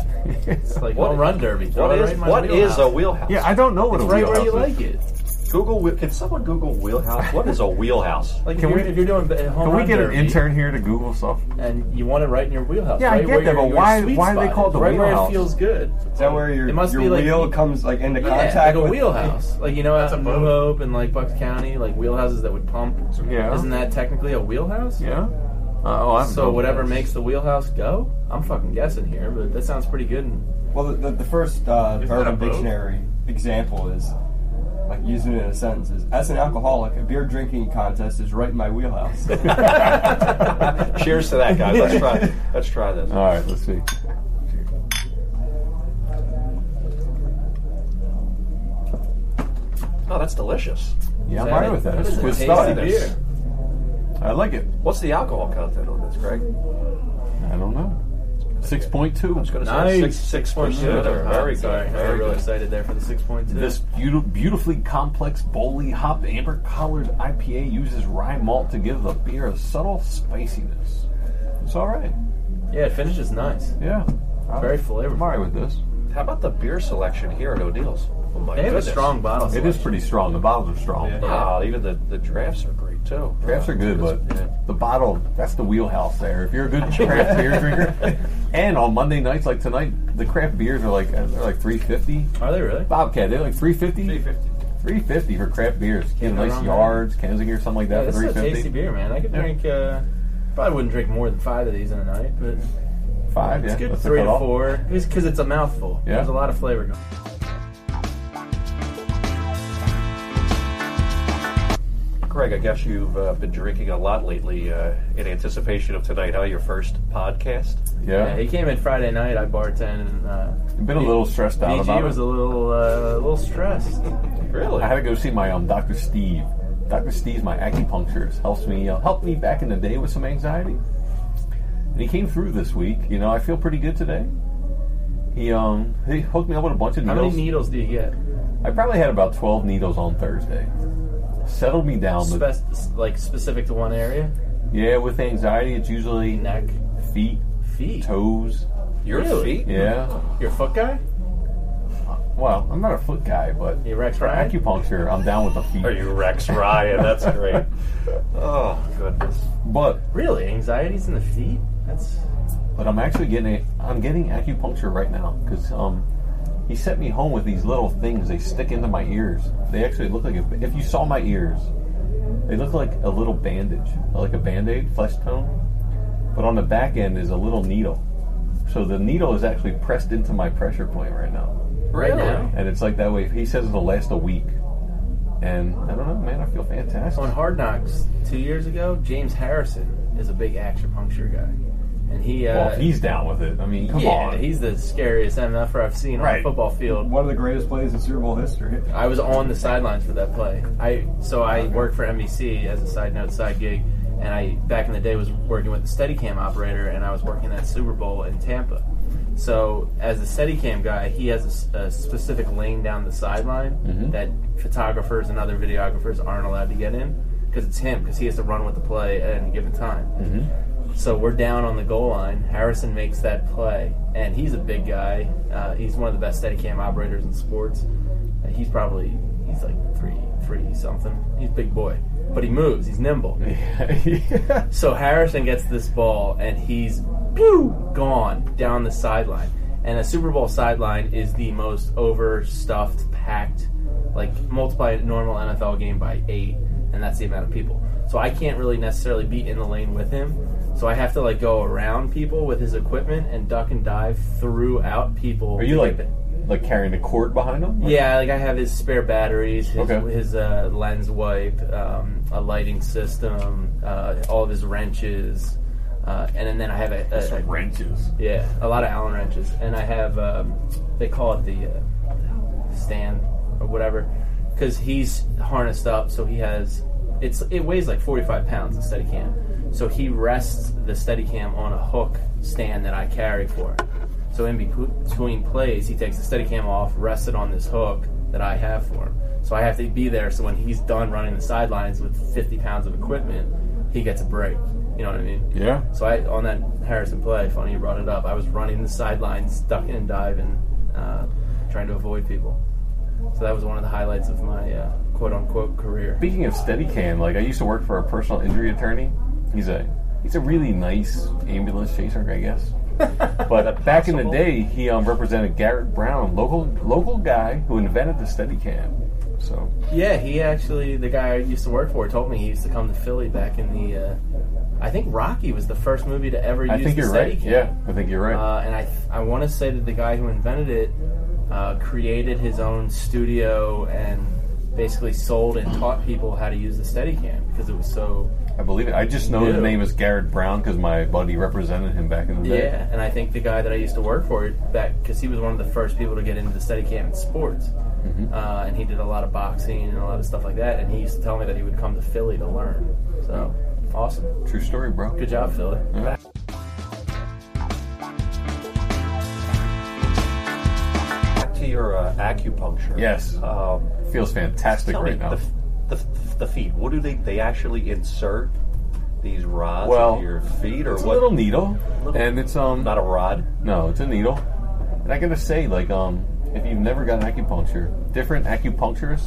Speaker 3: it's
Speaker 4: It's like
Speaker 5: What-
Speaker 4: home run derby. Throw
Speaker 5: What
Speaker 4: it
Speaker 5: is
Speaker 4: right in my
Speaker 5: what is a
Speaker 4: wheelhouse.
Speaker 5: wheelhouse?
Speaker 3: yeah, I don't know what a
Speaker 4: right
Speaker 3: wheelhouse
Speaker 4: where you
Speaker 3: is.
Speaker 4: like it?
Speaker 5: Google. whe- Can someone Google wheelhouse? What is a wheelhouse?
Speaker 4: Like
Speaker 3: Can
Speaker 4: if, you're,
Speaker 3: we-
Speaker 4: if you're doing b- home
Speaker 3: Can we
Speaker 4: run
Speaker 3: get an
Speaker 4: derby
Speaker 3: intern here to Google stuff?
Speaker 4: and you want it right in your wheelhouse?
Speaker 3: Yeah, I
Speaker 4: right
Speaker 3: get
Speaker 4: where
Speaker 3: that,
Speaker 4: your-
Speaker 3: but
Speaker 4: your
Speaker 3: why-
Speaker 4: sweet
Speaker 3: why do they
Speaker 4: spot
Speaker 3: call it
Speaker 4: is,
Speaker 3: the
Speaker 4: right where
Speaker 3: wheelhouse?
Speaker 4: it feels good?
Speaker 6: Is that where your,
Speaker 4: It must
Speaker 6: your
Speaker 4: be like-
Speaker 6: wheel comes like into contact
Speaker 4: yeah, like a
Speaker 6: with
Speaker 4: wheelhouse. Like you know, out in
Speaker 9: boat.
Speaker 4: New Hope and like Bucks County, like wheelhouses that would pump.
Speaker 3: Yeah.
Speaker 4: Isn't that technically a wheelhouse?
Speaker 3: Yeah. Uh, oh, I don't
Speaker 4: So
Speaker 3: know.
Speaker 4: whatever makes the wheelhouse go, I'm fucking guessing here, but that sounds pretty good. And
Speaker 6: Well, the, the, the first uh,
Speaker 9: that a
Speaker 6: Urban
Speaker 9: boat?
Speaker 6: Dictionary example is like using it in a sentence is as an alcoholic, a beer drinking contest is right in my wheelhouse.
Speaker 5: Cheers to that, guys. Let's try. Let's try this.
Speaker 3: All right, let's see.
Speaker 5: Oh, that's delicious.
Speaker 3: Yeah, I'm
Speaker 4: that
Speaker 3: alright
Speaker 4: it?
Speaker 3: with that.
Speaker 4: That
Speaker 3: It's
Speaker 4: is a
Speaker 3: good
Speaker 4: tasty
Speaker 3: stuff.
Speaker 4: beer.
Speaker 3: I like it.
Speaker 5: What's the alcohol content on this, Greg?
Speaker 3: I don't know. Six point two.
Speaker 5: I was going to
Speaker 4: Nice.
Speaker 5: say six six percent. Very
Speaker 4: I'm
Speaker 5: good.
Speaker 4: sorry, I got
Speaker 5: Very
Speaker 4: real
Speaker 5: good.
Speaker 4: excited there for the six point two.
Speaker 3: This beauti- beautifully complex, boldly hopped, amber-colored IPA uses rye malt to give the beer a subtle spiciness. It's all right.
Speaker 4: yeah, it finishes nice.
Speaker 3: Yeah,
Speaker 4: Very
Speaker 3: I'm
Speaker 4: flavorful.
Speaker 3: all right with this.
Speaker 5: How about the beer selection here at O'Deal's? Oh my
Speaker 4: They have a
Speaker 5: goodness.
Speaker 4: strong bottle.
Speaker 3: It is pretty strong. The bottles are strong.
Speaker 6: Yeah.
Speaker 5: Wow, even the, the drafts are great too.
Speaker 3: Crafts are good, but
Speaker 5: Yeah.
Speaker 3: the bottle—that's the wheelhouse there. If you're a good craft beer drinker, and on Monday nights like tonight, the craft beers are like uh, they're like three fifty.
Speaker 4: Are they really?
Speaker 3: Bobcat, they're like 350?
Speaker 5: 350.
Speaker 3: 350 for craft beers. Get a
Speaker 4: Can't go
Speaker 3: nice
Speaker 4: wrong.
Speaker 3: yards, Kensington or something like that
Speaker 4: Yeah, this
Speaker 3: for
Speaker 4: is a
Speaker 3: 350.
Speaker 4: tasty beer, man. I could
Speaker 3: Yeah.
Speaker 4: drink. Uh, probably wouldn't drink more than five of these in a night, but
Speaker 3: Five,
Speaker 4: it's
Speaker 3: yeah.
Speaker 4: good.
Speaker 3: that's the
Speaker 4: Three to
Speaker 3: cutoff.
Speaker 4: four, because it's a mouthful.
Speaker 3: Yeah.
Speaker 4: There's a lot of flavor going.
Speaker 5: Greg, I guess you've uh, been drinking a lot lately uh, in anticipation of tonight. How your first podcast?
Speaker 3: Yeah.
Speaker 4: Yeah, he came in Friday night. I bartended, and uh,
Speaker 3: Been a little stressed out
Speaker 4: BG
Speaker 3: about
Speaker 4: was
Speaker 3: it.
Speaker 4: a little, uh, a little stressed.
Speaker 5: Really?
Speaker 3: I had to go see my um, Dr. Steve. Dr. Steve's my acupuncturist. Helps me, uh, helped me back in the day with some anxiety. And he came through this week. You know, I feel pretty good today. He um he hooked me up with a bunch of
Speaker 4: How
Speaker 3: needles.
Speaker 4: many needles do you get?
Speaker 3: I probably had about 12 needles on Thursday. Settled me down. but-
Speaker 4: Spe- like specific to one area?
Speaker 3: yeah, with anxiety, it's usually
Speaker 4: Neck,
Speaker 3: feet,
Speaker 4: feet,
Speaker 3: toes.
Speaker 5: Your
Speaker 4: Really?
Speaker 5: feet?
Speaker 3: Yeah.
Speaker 4: You're a foot guy?
Speaker 3: Well, I'm not a foot guy, but
Speaker 4: You Rex
Speaker 3: for
Speaker 4: Ryan?
Speaker 3: acupuncture, I'm down with the feet.
Speaker 5: Are you Rex Ryan? That's great. Oh goodness.
Speaker 3: But
Speaker 4: Really? Anxieties in the feet? That's
Speaker 3: but I'm actually getting a, I'm getting acupuncture right now because um he sent me home with these little things they stick into my ears. They actually look like a, if you saw my ears, they look like a little bandage, like a band-aid, flesh tone. But on the back end is a little needle. So the needle is actually pressed into my pressure point right now.
Speaker 4: right now.
Speaker 3: And it's like that way. He says it'll last a week. And I don't know, man. I feel fantastic.
Speaker 4: On Hard Knocks two years ago, James Harrison is a big acupuncture guy, and he uh,
Speaker 3: Well, if he's down with it. I mean, come
Speaker 4: yeah,
Speaker 3: on.
Speaker 4: he's the scariest MFer I've seen on
Speaker 3: Right.
Speaker 4: a football field.
Speaker 6: One of the greatest plays in Super Bowl history.
Speaker 4: I was on the sidelines for that play. I so I worked for NBC as a side note side gig, and I back in the day was working with the Steadicam operator, and I was working that Super Bowl in Tampa. So as the Steadicam guy, he has a s- a, specific lane down the sideline that photographers and other videographers aren't allowed to get in because it's him because he has to run with the play at any given time. So we're down on the goal line. Harrison makes that play, and he's a big guy. Uh, he's one of the best Steadicam operators in sports. Uh, He's probably he's like three three something. He's a big boy, but he moves. He's nimble. So Harrison gets this ball, and he's pew, gone down the sideline. And a Super Bowl sideline is the most overstuffed, packed. Like multiply a normal NFL game by eight, and that's the amount of people. So I can't really necessarily be in the lane with him. So I have to like go around people with his equipment and duck and dive throughout people.
Speaker 3: Are you like like carrying the cord behind him? Like,
Speaker 4: Yeah, like I have his spare batteries, his,
Speaker 3: Okay.
Speaker 4: his uh, lens wipe, um, a lighting system, uh, all of his wrenches, uh, and, then- then I have a, a, a-
Speaker 3: wrenches.
Speaker 4: yeah, a lot of Allen wrenches, and I have um, they call it the uh, stand or whatever because he's harnessed up, so he has it's it weighs like 45 pounds the steady cam, so he rests the steady cam on a hook stand that I carry for. him. So in bepo- between plays, he takes the steady cam off, rests it on this hook that I have for him. So I have to be there. So when he's done running the sidelines with 50 pounds of equipment, he gets a break. You know what I mean?
Speaker 3: Yeah.
Speaker 4: So I on that Harrison play, funny you brought it up. I was running the sidelines, ducking and diving, uh, trying to avoid people. So that was one of the highlights of my uh, quote unquote career.
Speaker 3: Speaking of Steadicam, like I used to work for a personal injury attorney. He's a he's a really nice ambulance chaser, I guess. But back in the day, he um, represented Garrett Brown, local local guy who invented the Steadicam. So
Speaker 4: Yeah, he actually the guy I used to work for told me he used to come to Philly back in the. Uh, I think Rocky was the first movie to ever
Speaker 3: I
Speaker 4: use
Speaker 3: think
Speaker 4: the
Speaker 3: you're right.
Speaker 4: Steadicam.
Speaker 3: Yeah, I think you're right.
Speaker 4: Uh, and I, I want to say that the guy who invented it uh, created his own studio and basically sold and taught people how to use the Steadicam because it was so
Speaker 3: I believe it. I just know
Speaker 4: Uh, Yeah.
Speaker 3: the name is Garrett Brown because my buddy represented him back in the day.
Speaker 4: Yeah, and I think the guy that I used to work for, that because he was one of the first people to get into the Steadicam in sports,
Speaker 3: Mm-hmm.
Speaker 4: uh, and he did a lot of boxing and a lot of stuff like that. And he used to tell me that he would come to Philly to learn. So awesome,
Speaker 3: True story, bro.
Speaker 4: good job, Philly.
Speaker 5: Back to your uh, acupuncture.
Speaker 3: Yes.
Speaker 4: Uh,
Speaker 5: Um,
Speaker 3: Feels fantastic
Speaker 5: tell me
Speaker 3: right now.
Speaker 5: The, the, the feet. What do they? They actually insert these rods
Speaker 3: Well,
Speaker 5: into your feet, or
Speaker 3: it's a
Speaker 5: what?
Speaker 3: little needle, and it's um
Speaker 5: Not a rod.
Speaker 3: No, it's a needle. And I gotta say, like, um, if you've never gotten acupuncture, different acupuncturists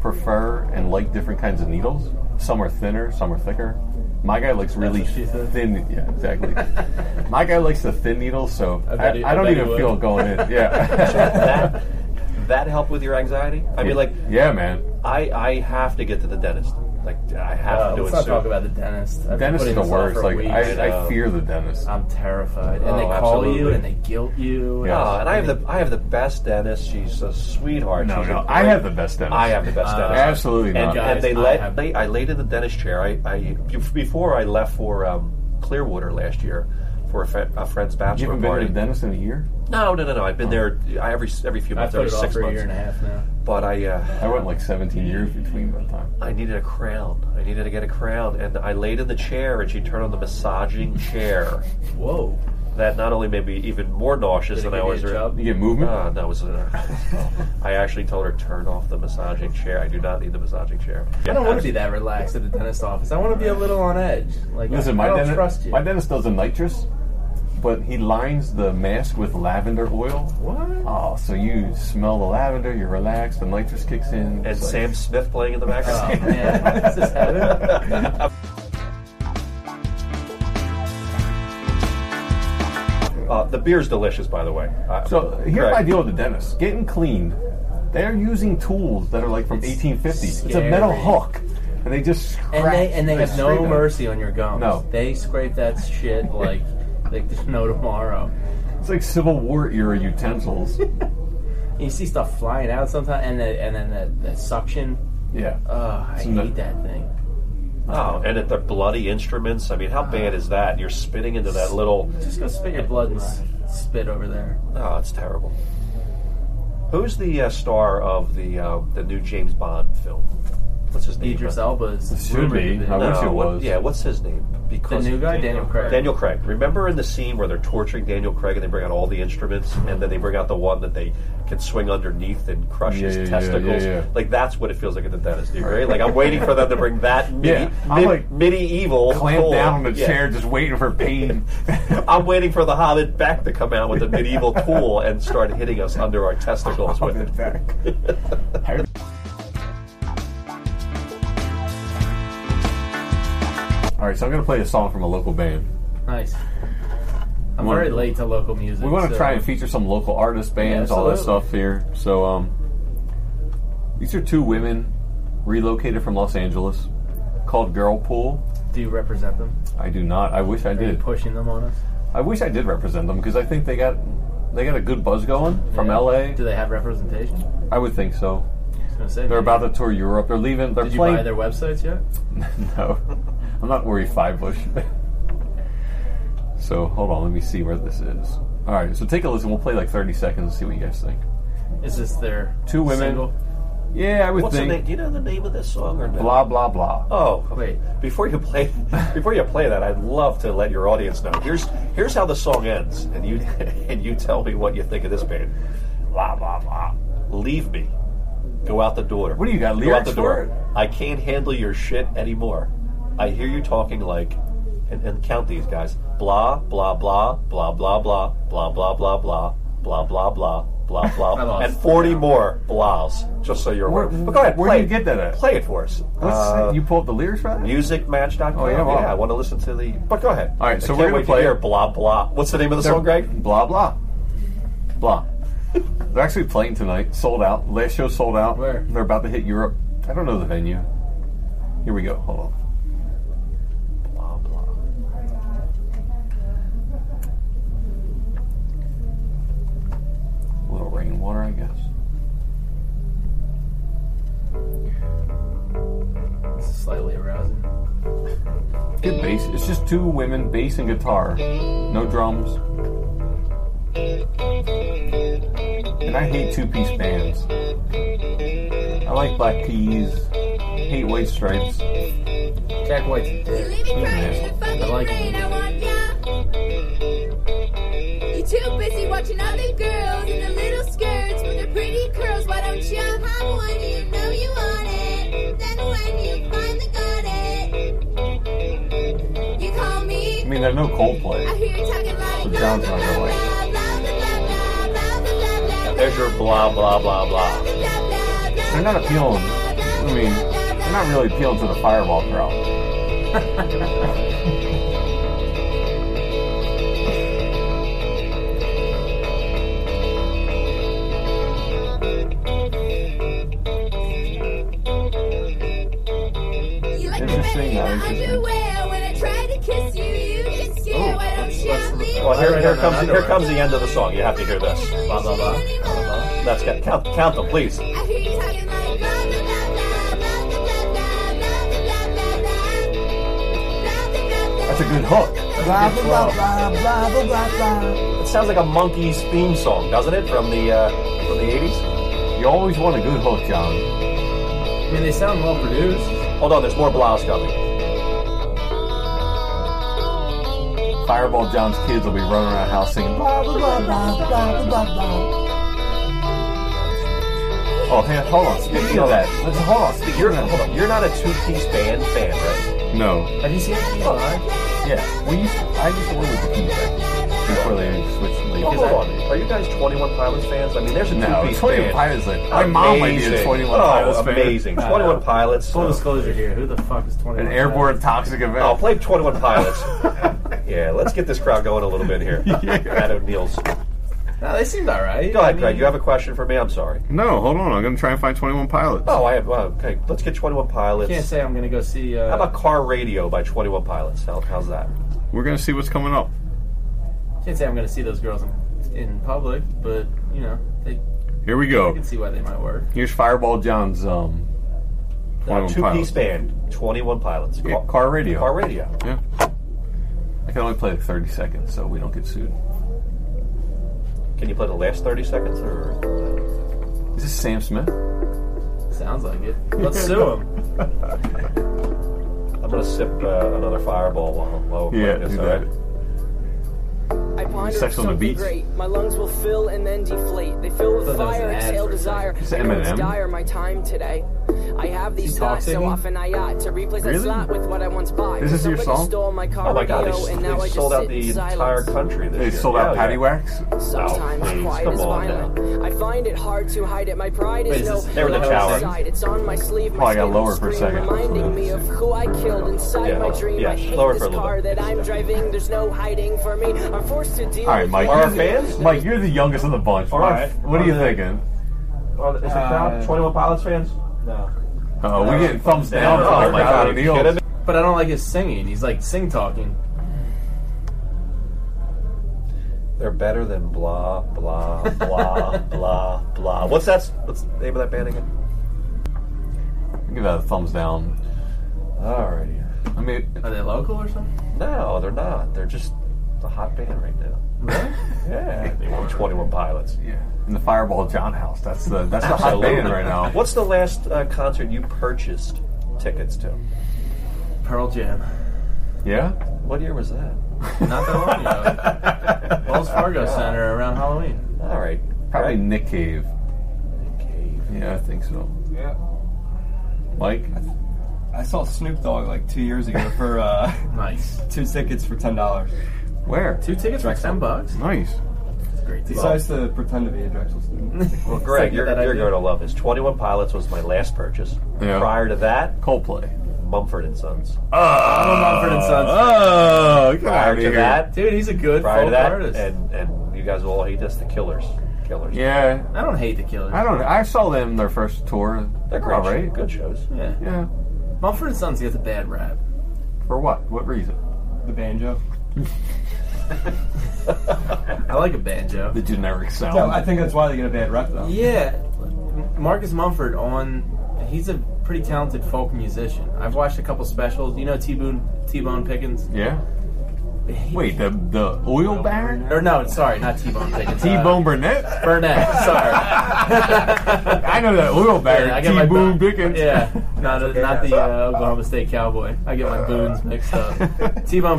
Speaker 3: prefer and like different kinds of needles. Some are thinner, some are thicker. My guy likes really
Speaker 4: what she said.
Speaker 3: thin. Yeah, exactly. My guy likes the thin needles, so I,
Speaker 4: bet he-
Speaker 3: I,
Speaker 4: I
Speaker 3: don't
Speaker 4: bet he
Speaker 3: even
Speaker 4: would.
Speaker 3: feel going in. Yeah,
Speaker 5: That that help with your anxiety? I mean, like
Speaker 3: yeah, man.
Speaker 5: I I have to get to the dentist. Like I have
Speaker 4: Uh,
Speaker 5: to do
Speaker 4: let's
Speaker 5: it
Speaker 4: not
Speaker 5: soon.
Speaker 4: talk about the dentist. I've been
Speaker 3: Dentist is
Speaker 4: putting
Speaker 3: the
Speaker 4: this off
Speaker 3: worst.
Speaker 4: for
Speaker 3: Like,
Speaker 4: weeks.
Speaker 3: I, I
Speaker 5: know.
Speaker 3: fear the dentist.
Speaker 4: I'm terrified, and they
Speaker 5: Oh,
Speaker 4: call you
Speaker 5: absolutely.
Speaker 4: and they guilt you.
Speaker 3: Yeah.
Speaker 5: Oh, and I have the I have the best dentist. She's a sweetheart.
Speaker 3: No,
Speaker 5: She's a
Speaker 3: no, I
Speaker 5: great-
Speaker 3: have the best dentist.
Speaker 5: I have the
Speaker 4: Uh,
Speaker 5: best dentist.
Speaker 3: Absolutely
Speaker 5: and,
Speaker 3: not.
Speaker 4: guys,
Speaker 5: and they
Speaker 4: I
Speaker 5: let
Speaker 4: have-
Speaker 5: they, I laid in the dentist chair. I, I before I left for um, Clearwater last year for a, fe- a friend's
Speaker 3: you
Speaker 5: bachelor
Speaker 3: haven't been to
Speaker 5: party.
Speaker 3: a dentist in a year?
Speaker 5: no, no, no, no. I've been there I, every every few
Speaker 4: I
Speaker 5: months,
Speaker 4: Oh, put
Speaker 5: every
Speaker 4: it off
Speaker 5: six
Speaker 4: for a year and
Speaker 5: months.
Speaker 4: a half now.
Speaker 5: But I uh,
Speaker 3: I went like 17 years between that time.
Speaker 5: I needed a crown. I needed to get a crown, and I laid in the chair, and she turned on the massaging chair.
Speaker 4: Whoa!
Speaker 5: That not only made me even more nauseous
Speaker 4: Did it
Speaker 5: than I
Speaker 4: give you a
Speaker 5: was. already-
Speaker 4: job?
Speaker 3: You get movement?
Speaker 5: Uh, that was. Uh, I actually told her turn off the massaging chair. I do not need the massaging chair.
Speaker 4: I don't want to be that relaxed at the dentist office. I want to be a little on edge. Like
Speaker 3: Listen,
Speaker 4: I,
Speaker 3: my
Speaker 4: I don't
Speaker 3: dentist,
Speaker 4: trust you.
Speaker 3: my dentist does a nitrous, but he lines the mask with lavender oil.
Speaker 4: what?
Speaker 3: Oh, so you smell the lavender, you're relaxed, the nitrous kicks in.
Speaker 5: And
Speaker 3: It's like-
Speaker 5: Sam Smith playing in the
Speaker 4: Oh
Speaker 5: background.
Speaker 4: man, is this heaven?
Speaker 5: Uh, the beer's delicious, by the way. Uh,
Speaker 3: So here's
Speaker 5: Greg,
Speaker 3: my deal with the dentist: getting cleaned. They're using tools that are like from 1850s. It's a
Speaker 4: scary.
Speaker 3: metal hook, and they just scratch.
Speaker 4: And they and they have no
Speaker 3: scrape it.
Speaker 4: mercy on your gums.
Speaker 3: No.
Speaker 4: they scrape that shit like like there's no tomorrow.
Speaker 3: It's like Civil War era utensils.
Speaker 4: And you see stuff flying out sometimes, and the, and then the, the suction.
Speaker 3: yeah.
Speaker 4: Oh, I
Speaker 3: Some
Speaker 4: hate
Speaker 3: of-
Speaker 4: that thing.
Speaker 5: Oh, and at the bloody instruments. I mean,
Speaker 3: Ah.
Speaker 5: how bad is that? You're spitting into that little.
Speaker 4: Just go spit your blood and s- spit over there.
Speaker 5: Oh, it's terrible. Who's the uh, star of the uh, the new James Bond film? What's his name?
Speaker 4: Idris Elba is
Speaker 3: Should
Speaker 4: rumored
Speaker 3: be.
Speaker 4: to
Speaker 3: I wish it
Speaker 5: what-
Speaker 3: was.
Speaker 5: Yeah, what's his name?
Speaker 4: the
Speaker 5: Because
Speaker 4: new guy, Daniel Craig.
Speaker 5: Daniel Craig. Remember in the scene where they're torturing Daniel Craig and they bring out all the instruments and then they bring out the one that they can swing underneath and crush
Speaker 3: Yeah,
Speaker 5: his
Speaker 3: yeah, yeah,
Speaker 5: testicles?
Speaker 3: yeah, yeah.
Speaker 5: Like that's what it feels like at the dentist, do you agree? Like I'm waiting for them to bring that midi-
Speaker 3: Yeah, I'm
Speaker 5: mid-
Speaker 3: like
Speaker 5: medieval
Speaker 3: Clamped
Speaker 5: cold-
Speaker 3: down in the
Speaker 5: yeah.
Speaker 3: chair, just waiting for pain.
Speaker 5: I'm waiting for the Hobbit back to come out with a medieval tool and start hitting us under our testicles with it.
Speaker 3: back. All right, so I'm gonna play a song from a local band.
Speaker 4: Nice. I'm
Speaker 3: Wanna-
Speaker 4: very late to local music.
Speaker 3: We want to
Speaker 4: so-
Speaker 3: try and feature some local artists, bands, all that
Speaker 4: absolutely.
Speaker 3: stuff here. So, um, these are two women relocated from Los Angeles called Girlpool.
Speaker 4: Do you represent them?
Speaker 3: I do not. I wish I
Speaker 4: Are you
Speaker 3: did.
Speaker 4: pushing them on us?
Speaker 3: I wish I did represent them because I think they got They got a good buzz going from
Speaker 4: Yeah.
Speaker 3: LA.
Speaker 4: Do they have representation?
Speaker 3: I would think so.
Speaker 4: I was gonna say,
Speaker 3: They're
Speaker 4: maybe-
Speaker 3: about to tour Europe. They're leaving. They're
Speaker 4: Did you
Speaker 3: playing.
Speaker 4: buy their websites yet?
Speaker 3: no, I'm not worried. Five Bush. so hold on. Let me see where this is. All right. So take a listen. We'll play like 30 seconds and see what you guys think.
Speaker 4: Is this their
Speaker 3: Two women.
Speaker 4: Single?
Speaker 3: Yeah, I would
Speaker 5: What's the
Speaker 3: think.
Speaker 5: name? Do you know the name of this song or no?
Speaker 3: Blah blah blah.
Speaker 5: Oh,
Speaker 4: Wait.
Speaker 5: Before you play, before you play that, I'd love to let your audience know. Here's here's how the song ends, and you and you tell me what you think of this band. Blah blah blah. Leave me. Go out the door.
Speaker 3: What do you got,
Speaker 5: Go out
Speaker 3: lyrics
Speaker 5: the
Speaker 3: for it?
Speaker 5: door. I can't handle your shit anymore. I hear you talking like, and, and count these guys. Blah blah blah blah blah blah blah blah blah blah blah blah blah blah blah,
Speaker 6: I lost.
Speaker 5: and forty more blahs. Just so you're aware.
Speaker 3: Where-
Speaker 5: But go ahead.
Speaker 3: where do
Speaker 5: play
Speaker 3: you
Speaker 5: it.
Speaker 3: get that at?
Speaker 5: Play it for us.
Speaker 3: What's
Speaker 5: Uh,
Speaker 3: you pulled the lyrics right?
Speaker 5: musicmatch.com.
Speaker 3: Oh, yeah, wow.
Speaker 5: I want to listen to the. But go ahead.
Speaker 3: All right,
Speaker 5: I
Speaker 3: so
Speaker 5: can't
Speaker 3: we're gonna
Speaker 5: wait to
Speaker 3: play-
Speaker 5: hear blah blah. What's the name of the
Speaker 3: They're-
Speaker 5: song, Greg?
Speaker 3: Blah blah blah. They're actually playing tonight. Sold out. Last show sold out.
Speaker 4: Where?
Speaker 3: They're about to hit Europe. I don't know the venue. Here we go. Hold on.
Speaker 5: Blah blah.
Speaker 3: A little rainwater, I guess.
Speaker 4: This is slightly arousing.
Speaker 3: Good bass. It's just two women, bass and guitar. No drums. And I hate two-piece bands. I like black keys. Hate white stripes.
Speaker 4: Jack White's a dick.
Speaker 8: Leave me crying in the fucking
Speaker 4: I like
Speaker 8: rain, I want ya. You're too busy watching other girls in the little skirts with their pretty curls. Why don't you have one? You know you want it. Then when you finally got it, you call
Speaker 3: I
Speaker 8: me.
Speaker 3: mean, they're no
Speaker 8: I
Speaker 3: Coldplay.
Speaker 8: hear you talking like.
Speaker 3: But John's not gonna like it.
Speaker 5: There's your blah blah blah blah.
Speaker 3: They're not appealing. I mean, they're not really appealing to the fireball crowd.
Speaker 8: You like
Speaker 3: Interesting,
Speaker 8: me better
Speaker 3: though,
Speaker 8: in my
Speaker 3: interesting. Oh,
Speaker 8: underwear. When I try to kiss you, you just swear. Why don't you leave
Speaker 5: Well, here,
Speaker 4: Right
Speaker 5: here
Speaker 4: on
Speaker 5: comes
Speaker 4: that
Speaker 5: here
Speaker 4: underwear.
Speaker 5: comes the end of the song. You have to hear this. Blah blah blah. blah, blah. That's got count count them, please.
Speaker 8: I hear you talking like blah blah blah blah blah blah blah blah blah blah blah blah.
Speaker 3: That's a good hook.
Speaker 5: Blah blah blah blah blah blah blah. It sounds like a monkey's theme song, doesn't it? From the uh, from the '80s.
Speaker 3: You always want a good hook, John.
Speaker 4: I mean, they sound well produced.
Speaker 5: Hold on, there's more blahs coming.
Speaker 3: Fireball John's kids will be running around the house singing. Blah, blah, blah, blah, blah, blah, blah. Oh, hey, hold on. Speaking of that, let's hold on. Speaking
Speaker 5: You're
Speaker 3: of that.
Speaker 5: hold on, you're not a two-piece band fan, right?
Speaker 3: No.
Speaker 4: Have you seen it live?
Speaker 3: Yeah, we used. I used to work with the Keys back then, before they switched
Speaker 5: Well,
Speaker 3: leads.
Speaker 5: hold on. Are you guys 21 Pilots fans? I mean, there's a
Speaker 3: Oh. No,
Speaker 5: two-piece
Speaker 3: Twenty One
Speaker 5: band.
Speaker 3: Pilots. Like, my mom might be a
Speaker 5: Amazing.
Speaker 3: Twenty One
Speaker 5: oh,
Speaker 3: Pilots fan.
Speaker 5: amazing. 21 Pilots.
Speaker 4: Full
Speaker 5: uh,
Speaker 4: disclosure here. Who the fuck is 21?
Speaker 3: An airborne toxic event.
Speaker 5: Oh, play 21 Pilots. yeah, let's get this crowd going a little bit here. Matt O'Neill's.
Speaker 4: No, they seemed alright.
Speaker 5: Go ahead, Greg. You have a question for me? I'm sorry.
Speaker 3: No, hold on. I'm gonna try and find Twenty One Pilots.
Speaker 5: Oh, I have. Well, okay, let's get 21 Pilots.
Speaker 4: can't say I'm gonna go see. Uh,
Speaker 5: How about Car Radio by 21 Pilots? How, how's that?
Speaker 3: We're gonna see what's coming up.
Speaker 4: Can't say I'm gonna see those girls in, in public, but you know, they I
Speaker 3: Here we go.
Speaker 4: can see why they might work.
Speaker 3: Here's Fireball John's um,
Speaker 5: Now,
Speaker 3: 21
Speaker 5: Uh, two
Speaker 3: Pilots.
Speaker 5: piece band, 21 Pilots.
Speaker 3: Yeah, car radio.
Speaker 5: Car Radio.
Speaker 3: Yeah. I can only play like 30 seconds, so we don't get sued.
Speaker 5: Can you play the last 30 seconds? or
Speaker 3: Is this Sam Smith?
Speaker 4: Sounds like it. Let's sue them.
Speaker 5: I'm going to sip uh, another fireball while, while we're playing this. all right?
Speaker 10: I ponder
Speaker 3: Sex on the
Speaker 10: something
Speaker 3: beach.
Speaker 10: great. My lungs will fill and then deflate. They fill
Speaker 4: I
Speaker 10: with
Speaker 4: thought that was
Speaker 10: fire,
Speaker 4: an ad
Speaker 10: exhale
Speaker 4: for a
Speaker 10: desire.
Speaker 3: It's
Speaker 10: I know
Speaker 3: Eminem.
Speaker 10: it's dire my time today. I have these
Speaker 4: he
Speaker 10: thoughts so
Speaker 4: talk-singing?
Speaker 10: often I ought to replace
Speaker 3: Really?
Speaker 10: that slot with what I once bought.
Speaker 3: This is your
Speaker 10: Somebody
Speaker 3: song?
Speaker 10: Stole my car
Speaker 5: Oh my god, they,
Speaker 10: radio, and now
Speaker 5: they
Speaker 10: I
Speaker 5: sold
Speaker 10: just
Speaker 5: out
Speaker 10: sit
Speaker 5: the
Speaker 10: in
Speaker 5: entire
Speaker 10: silence.
Speaker 5: country this
Speaker 3: They
Speaker 5: year.
Speaker 3: sold out
Speaker 5: Yeah,
Speaker 3: Patty
Speaker 5: yeah.
Speaker 3: Wax?
Speaker 10: Sometimes
Speaker 5: please,
Speaker 10: quiet
Speaker 5: come
Speaker 10: is
Speaker 5: on
Speaker 10: violent. I find it hard to hide it. My pride
Speaker 4: Wait,
Speaker 10: is
Speaker 4: is
Speaker 10: no
Speaker 4: this- they were
Speaker 5: the
Speaker 10: lower
Speaker 5: Tower.
Speaker 10: side. It's on my sleeve.
Speaker 5: Oh,
Speaker 10: My
Speaker 3: Probably got
Speaker 10: skin
Speaker 3: lower
Speaker 10: will
Speaker 3: for a
Speaker 10: scream,
Speaker 3: second.
Speaker 10: reminding me of who I killed inside
Speaker 5: Yeah,
Speaker 10: my
Speaker 5: hold-
Speaker 10: dream.
Speaker 5: yeah,
Speaker 10: I hate
Speaker 5: lower
Speaker 10: this
Speaker 5: for a little
Speaker 10: car
Speaker 5: bit.
Speaker 10: that I'm driving. There's no hiding for me. I'm forced to deal.
Speaker 3: All right,
Speaker 10: with
Speaker 3: Mike.
Speaker 5: Are our
Speaker 3: you're-
Speaker 5: fans?
Speaker 3: Mike, you're the youngest of the bunch.
Speaker 5: All
Speaker 3: What-
Speaker 5: right.
Speaker 3: What are you
Speaker 5: Uh,
Speaker 3: thinking?
Speaker 5: Are the- Oh, Is the crowd 21 Pilots fans? No.
Speaker 3: Oh, we're getting thumbs down. from
Speaker 5: Oh
Speaker 3: our
Speaker 5: my
Speaker 3: crowd
Speaker 5: god,
Speaker 3: of
Speaker 5: are you
Speaker 3: Neils.
Speaker 5: kidding me?
Speaker 4: But I don't like his singing. He's like sing talking.
Speaker 5: They're better than blah blah blah blah blah. What's that? s- What's the name of that band again?
Speaker 3: Give that a thumbs down.
Speaker 5: Alrighty.
Speaker 3: I mean,
Speaker 4: Are they local or something?
Speaker 5: No, they're not. They're just a hot band right now. Yeah, they were Twenty One Pilots.
Speaker 3: yeah. In the Fireball John House, that's the that's the hot
Speaker 5: Absolutely.
Speaker 3: band right now.
Speaker 5: What's the last uh, concert you purchased tickets to?
Speaker 4: Pearl Jam.
Speaker 3: Yeah.
Speaker 5: What year was that?
Speaker 4: Not that long ago. Wells Fargo
Speaker 5: Yeah.
Speaker 4: Center around Halloween.
Speaker 5: All right.
Speaker 3: Probably Nick Cave.
Speaker 5: Cave.
Speaker 3: Yeah, I think so.
Speaker 6: Yeah.
Speaker 3: Mike.
Speaker 6: I saw Snoop Dogg like two years ago for uh,
Speaker 4: Nice.
Speaker 6: two tickets for ten dollars.
Speaker 3: Where?
Speaker 4: Two tickets for ten bucks.
Speaker 3: Nice.
Speaker 4: Great deal.
Speaker 6: Decides to pretend to be a Drexel student.
Speaker 5: Well, Greg,
Speaker 4: Second
Speaker 5: you're,
Speaker 4: that
Speaker 5: you're
Speaker 4: idea.
Speaker 5: going to love this. Twenty One Pilots was my last purchase.
Speaker 3: Yeah.
Speaker 5: Prior to that,
Speaker 3: Coldplay.
Speaker 5: Mumford and Sons.
Speaker 4: I'm a Mumford and Sons.
Speaker 3: Oh, get
Speaker 5: Prior to that,
Speaker 4: Dude, he's a good folk
Speaker 5: prior to that, uh,
Speaker 4: artist.
Speaker 5: and and you guys will all hate this. The Killers. Killers.
Speaker 3: Yeah.
Speaker 4: I don't hate the Killers.
Speaker 3: I don't. know. I saw them their first tour.
Speaker 5: They're great.
Speaker 3: all right.
Speaker 5: Good shows.
Speaker 4: Yeah.
Speaker 3: Yeah.
Speaker 4: Mumford and Sons gets a bad rap.
Speaker 3: For what? What reason?
Speaker 6: the banjo.
Speaker 4: I like a banjo.
Speaker 3: The generic sound.
Speaker 6: No, I think that's why they get a bad rep though.
Speaker 4: Yeah, Marcus Mumford on. He's a pretty talented folk musician. I've watched a couple specials. You know T Bone T Bone Pickens.
Speaker 3: yeah.
Speaker 4: He-
Speaker 3: Wait, the the oil baron.
Speaker 4: Or no, sorry, not T Bone Pickens.
Speaker 3: T Bone
Speaker 4: uh,
Speaker 3: Burnett.
Speaker 4: Burnett. Sorry.
Speaker 3: I know that oil baron.
Speaker 4: Yeah, I get my
Speaker 3: T Boone
Speaker 4: bo-
Speaker 3: Pickens.
Speaker 4: Yeah, not a, not the uh, Oklahoma State Cowboy. I get my boons mixed up. T Bone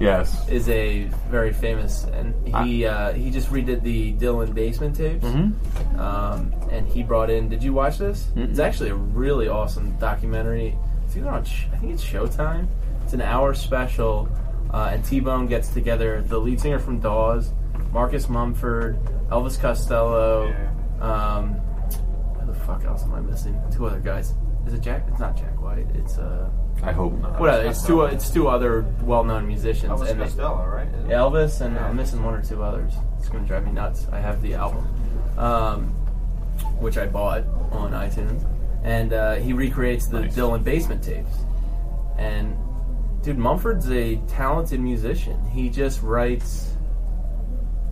Speaker 3: Yes.
Speaker 4: is a very famous, and he uh, he just redid the Dylan Basement tapes,
Speaker 3: Mm-hmm.
Speaker 4: um, and he brought in. Did you watch this? It's actually a really awesome documentary. It's either on, Sh- I think it's Showtime. It's an hour special, uh, and T Bone gets together the lead singer from Dawes, Marcus Mumford, Elvis Costello. Um, who the fuck else am I missing? Two other guys. Is it Jack? It's not Jack White. It's uh,
Speaker 3: I hope not.
Speaker 4: what? It's two. It's two other well-known musicians.
Speaker 9: Elvis
Speaker 4: and they-
Speaker 9: Costello, right?
Speaker 4: Elvis, and I'm missing one or two others. It's going to drive me nuts. I have the album, um, which I bought on iTunes, and uh, he recreates the
Speaker 3: Nice.
Speaker 4: Dylan basement tapes. And dude, Mumford's a talented musician. He just writes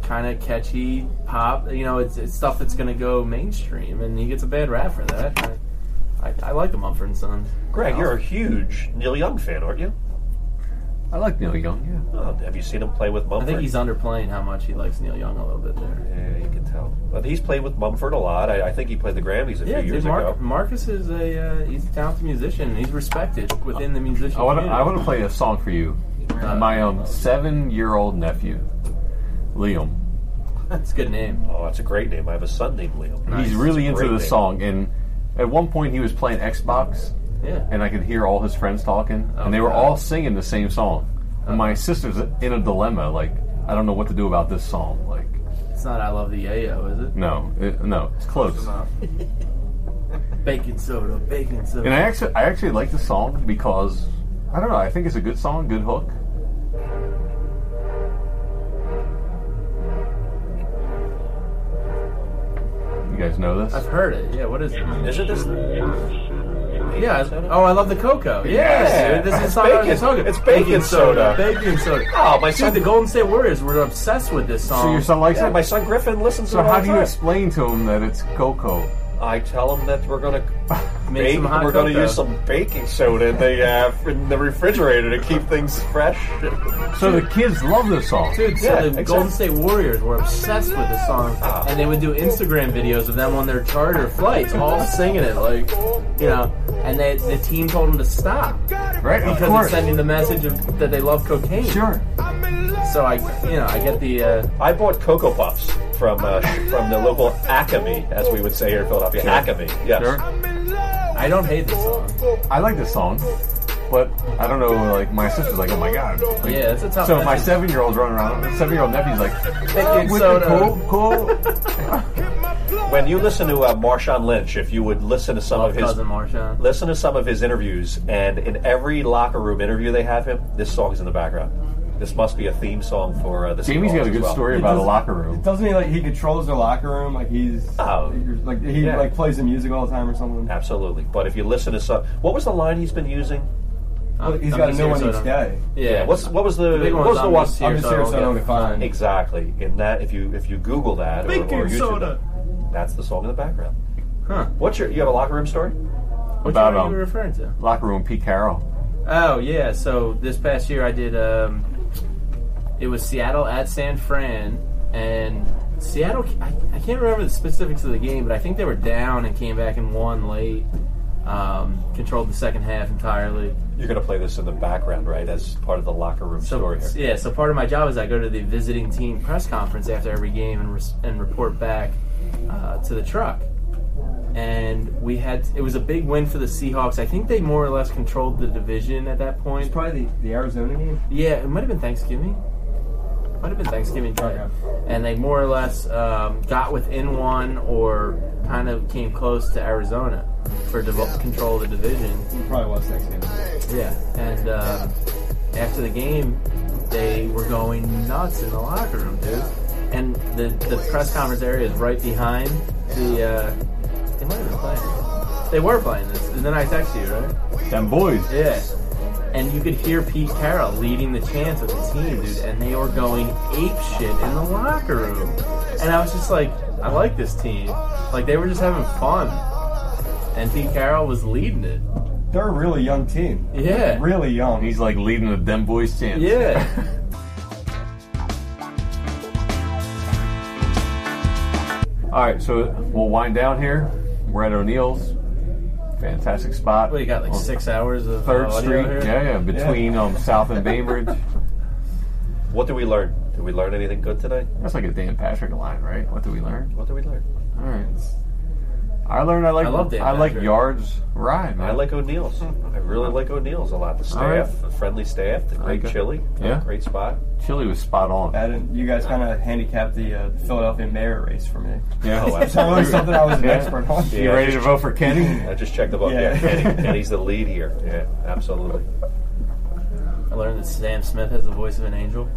Speaker 4: kind of catchy pop. You know, it's, it's stuff that's going to go mainstream, and he gets a bad rap for that. I, I, I like the Mumford and Sons.
Speaker 5: Greg, you're a huge Neil Young fan, aren't you?
Speaker 3: I like Neil Young.
Speaker 5: Oh, have you seen him play with Mumford?
Speaker 4: I think he's underplaying how much he likes Neil Young a little bit there.
Speaker 5: Yeah, you can tell. But he's played with Mumford a lot. I, I think he played the Grammys a
Speaker 4: Yeah,
Speaker 5: few years
Speaker 4: dude, Mar-
Speaker 5: ago.
Speaker 4: Marcus is a uh, he's a talented musician. and He's respected within the musician
Speaker 3: I want to.
Speaker 4: community.
Speaker 3: I want to play a song for you. My um, seven-year-old nephew, Liam.
Speaker 4: It's a good name.
Speaker 5: Oh, that's a great name. I have a son named Liam.
Speaker 3: He's really into
Speaker 5: It's a great
Speaker 3: the
Speaker 5: name.
Speaker 3: song, and at one point he was playing Xbox,
Speaker 4: Yeah.
Speaker 3: and I could hear all his friends talking, and they were
Speaker 4: Okay.
Speaker 3: all singing the same song. And my sister's in a dilemma, like I don't know what to do about this song. Like,
Speaker 4: It's not I love the yayo, is it?
Speaker 3: no, it, no, it's close.
Speaker 4: Baking soda, baking soda.
Speaker 3: And I actually, I actually like the song because I don't know. I think it's a good song, good hook. You guys know this?
Speaker 4: I've heard it. Yeah. What is it?
Speaker 5: Isn't this?
Speaker 4: Yeah. I- Oh, I love the cocoa. Yes,
Speaker 5: Yeah.
Speaker 4: dude. This is
Speaker 5: It's
Speaker 4: not I
Speaker 5: baking-
Speaker 4: was talking.
Speaker 5: it's baking soda.
Speaker 4: Baking soda.
Speaker 5: Oh, my
Speaker 4: Dude,
Speaker 5: son.
Speaker 4: the Golden State Warriors were obsessed with this song.
Speaker 3: so your son likes
Speaker 5: yeah,
Speaker 3: it.
Speaker 5: my son Griffin listens
Speaker 3: so
Speaker 5: to it all
Speaker 3: how do
Speaker 5: the
Speaker 3: you
Speaker 5: time.
Speaker 3: explain to him that it's Coco?
Speaker 5: I tell him that we're gonna
Speaker 4: Make
Speaker 5: bake,
Speaker 4: some hot
Speaker 5: we're gonna
Speaker 4: cocoa.
Speaker 5: use some baking soda in the uh, in the refrigerator to keep things fresh.
Speaker 3: So the kids love this song.
Speaker 4: Dude, so
Speaker 5: Yeah,
Speaker 4: the
Speaker 5: exactly.
Speaker 4: Golden State Warriors were obsessed with this song, and they would do Instagram videos of them on their charter flights, all singing it, like, you know. And they, the team told them to stop
Speaker 3: Right? Of
Speaker 4: because
Speaker 3: course.
Speaker 4: it's sending the message of, that they love cocaine.
Speaker 3: Sure.
Speaker 4: So I, you know, I get the. Uh,
Speaker 5: I bought cocoa puffs from uh, from the local Acme, as we would say here in Philadelphia. Acme, yes.
Speaker 3: Sure.
Speaker 4: I don't hate this song.
Speaker 3: I like this song, but I don't know. Like my sister's like, oh my god. Like,
Speaker 4: Yeah, it's a tough.
Speaker 3: So my
Speaker 4: message.
Speaker 3: seven-year-old's running around. My seven-year-old nephew's like,
Speaker 4: Baking
Speaker 3: with
Speaker 4: soda.
Speaker 3: the cool, cool.
Speaker 5: When you listen to uh, Marshawn Lynch, if you would listen to some
Speaker 4: Love
Speaker 5: of his
Speaker 4: cousin Marshawn.
Speaker 5: listen to some of his interviews, and in every locker room interview they have him, this song's in the background. This must be a theme song for uh, this.
Speaker 3: Jamie's got a good story about a locker room.
Speaker 6: Doesn't he like he controls the locker room? Like he's
Speaker 5: Oh.
Speaker 6: like he
Speaker 5: Yeah.
Speaker 6: like plays the music all the time or something.
Speaker 5: Absolutely, but if you listen to some, what was the line he's been using?
Speaker 4: I'm-
Speaker 6: He's
Speaker 4: I'm
Speaker 6: got a
Speaker 4: in
Speaker 6: new one
Speaker 4: Sarasota.
Speaker 6: each day.
Speaker 4: Yeah.
Speaker 5: What's what was the,
Speaker 4: The big
Speaker 5: what
Speaker 4: one's
Speaker 5: was the
Speaker 4: on
Speaker 5: one?
Speaker 4: this
Speaker 6: I'm
Speaker 4: Here,
Speaker 6: just
Speaker 4: so
Speaker 6: here
Speaker 4: I'll
Speaker 6: so I
Speaker 4: get
Speaker 6: don't get fined.
Speaker 5: Exactly. In that, if you if you Google that or, or YouTube, that's the song in the background.
Speaker 4: Huh.
Speaker 5: What's your you have a locker room story?
Speaker 4: Which
Speaker 3: About,
Speaker 4: one are
Speaker 3: um,
Speaker 4: you referring to?
Speaker 3: Locker room, Pete Carroll.
Speaker 4: Oh yeah, so this past year I did. Um, it was Seattle at San Fran, and Seattle. I, I can't remember the specifics of the game, but I think they were down and came back and won late. Um, controlled the second half entirely.
Speaker 5: You're gonna play this in the background, right? As part of the locker room
Speaker 4: So
Speaker 5: story here.
Speaker 4: yeah, so part of my job is I go to the visiting team press conference after every game and res- and report back uh, to the truck. And we had it was a big win for the Seahawks. I think they more or less controlled the division at that point.
Speaker 6: It's probably the, the Arizona game.
Speaker 4: Yeah, it might have been Thanksgiving. Might have been Thanksgiving Day.
Speaker 6: Okay.
Speaker 4: And they more or less um, got within one or kind of came close to Arizona for devo- control of the division.
Speaker 6: It probably was Thanksgiving.
Speaker 4: Yeah. And um, after the game, they were going nuts in the locker room, dude. And the, the press conference area is right behind the. Uh, they might have been playing. They were playing this. And then I text you, right?
Speaker 3: Them boys.
Speaker 4: Yeah. And you could hear Pete Carroll leading the chants with his team, dude, and they were going ape shit in the locker room. And I was just like, I like this team. Like they were just having fun. And Pete Carroll was leading it.
Speaker 6: They're a really young team.
Speaker 4: Yeah.
Speaker 6: Really young.
Speaker 3: He's like leading the them boys chant.
Speaker 4: Yeah.
Speaker 3: All right, so we'll wind down here. We're at O'Neill's. Fantastic spot.
Speaker 4: What you got like
Speaker 3: on
Speaker 4: six hours of
Speaker 3: Third
Speaker 4: uh, audio
Speaker 3: Street.
Speaker 4: here?
Speaker 3: Yeah, yeah, between Um, South and Bainbridge.
Speaker 5: What did we learn? Did we learn anything good today?
Speaker 3: That's like a Dan Patrick line, right? What did we learn?
Speaker 5: What did we learn?
Speaker 3: All right. I learned I like
Speaker 4: I love Dan
Speaker 3: like
Speaker 4: Patrick.
Speaker 3: yards ride, man.
Speaker 5: I like O'Neill's. I really like O'Neill's a lot. The
Speaker 3: All right.
Speaker 5: staff, the friendly staff, the great
Speaker 3: Okay.
Speaker 5: chili,
Speaker 3: Yeah.
Speaker 5: great spot.
Speaker 3: Chili was spot on.
Speaker 6: I didn't, you guys kind of handicapped the uh, Philadelphia mayor race for me.
Speaker 3: Yeah.
Speaker 5: Oh,
Speaker 6: It's not really something I was an
Speaker 3: Yeah.
Speaker 6: expert on.
Speaker 5: Yeah.
Speaker 3: you ready to vote for Kenny?
Speaker 5: I just checked the book.
Speaker 6: Yeah.
Speaker 5: Yeah, Kenny, Kenny's the lead here. Yeah, absolutely.
Speaker 4: I learned that Sam Smith has the voice of an angel.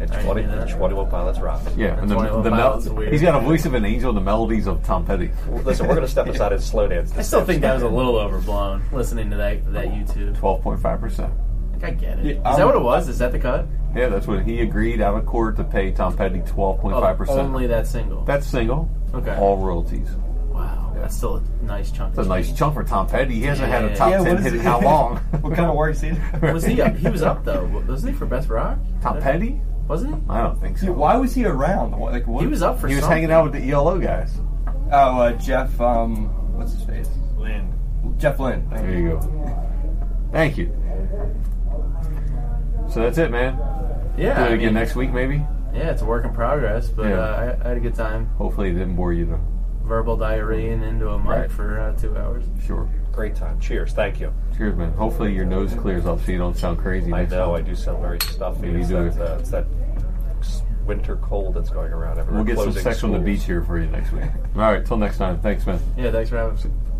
Speaker 5: And
Speaker 4: I
Speaker 5: 20,
Speaker 4: knew that.
Speaker 5: 21 pilots rock.
Speaker 3: Yeah, and the,
Speaker 4: Antonio
Speaker 3: the mel-
Speaker 4: Brown's weird.
Speaker 3: he's got a voice of an angel. The melodies of Tom Petty.
Speaker 5: Listen, we're going to step aside and slow dance.
Speaker 4: I
Speaker 5: this
Speaker 4: still
Speaker 5: dance.
Speaker 4: think that was a little overblown listening to that that YouTube.
Speaker 3: Twelve point five percent.
Speaker 4: Like, I get it. Is
Speaker 6: Yeah, I'm-
Speaker 3: Um,
Speaker 4: that what it was? Is that the cut?
Speaker 3: Yeah, that's what he agreed out of court to pay Tom Petty twelve point five percent.
Speaker 4: Oh, Only that single.
Speaker 3: That's single.
Speaker 4: Okay.
Speaker 3: All royalties.
Speaker 4: Wow, that's still a nice chunk.
Speaker 3: That's a
Speaker 4: of
Speaker 3: nice
Speaker 4: change.
Speaker 3: chunk for Tom Petty. He hasn't had a
Speaker 4: Yeah.
Speaker 3: top
Speaker 6: Yeah,
Speaker 3: ten
Speaker 6: what is
Speaker 3: hit in
Speaker 6: it?
Speaker 3: how long?
Speaker 6: What kind of works he?
Speaker 4: Was he up? He was up though, wasn't he for Best Rock?
Speaker 3: Tom Petty?
Speaker 4: Wasn't he?
Speaker 3: I don't think so.
Speaker 6: Dude, why was he around? What- Like what?
Speaker 4: He was up for.
Speaker 3: He was
Speaker 4: something.
Speaker 3: hanging out with the ELO guys.
Speaker 6: Oh, uh, Jeff. Um, what's his face?
Speaker 9: Lynn.
Speaker 6: Jeff Lynn. Thank
Speaker 3: There
Speaker 6: you.
Speaker 3: you go. Thank you. So that's it, man.
Speaker 4: Yeah,
Speaker 3: Do it
Speaker 4: I
Speaker 3: again
Speaker 4: mean,
Speaker 3: next week, maybe.
Speaker 4: yeah, it's a work in progress, but
Speaker 3: Yeah.
Speaker 4: uh, I, I had a good time.
Speaker 3: Hopefully, it didn't bore you. To
Speaker 4: Verbal diarrhea into a mic
Speaker 3: Right.
Speaker 4: for uh, two hours.
Speaker 3: sure.
Speaker 5: great time. Cheers. Thank you.
Speaker 3: Cheers, man. Hopefully, your nose clears up so you don't sound crazy.
Speaker 5: I
Speaker 3: next
Speaker 5: know I
Speaker 3: time.
Speaker 5: do sound very stuffy.
Speaker 3: You
Speaker 5: It's
Speaker 3: do.
Speaker 5: that, uh, it's that s- winter cold that's going around. Everywhere.
Speaker 3: We'll get some
Speaker 5: Closing
Speaker 3: sex on the
Speaker 5: schools.
Speaker 3: beach here for you next week. All right. Till next time. Thanks, man.
Speaker 4: Yeah, thanks for having me.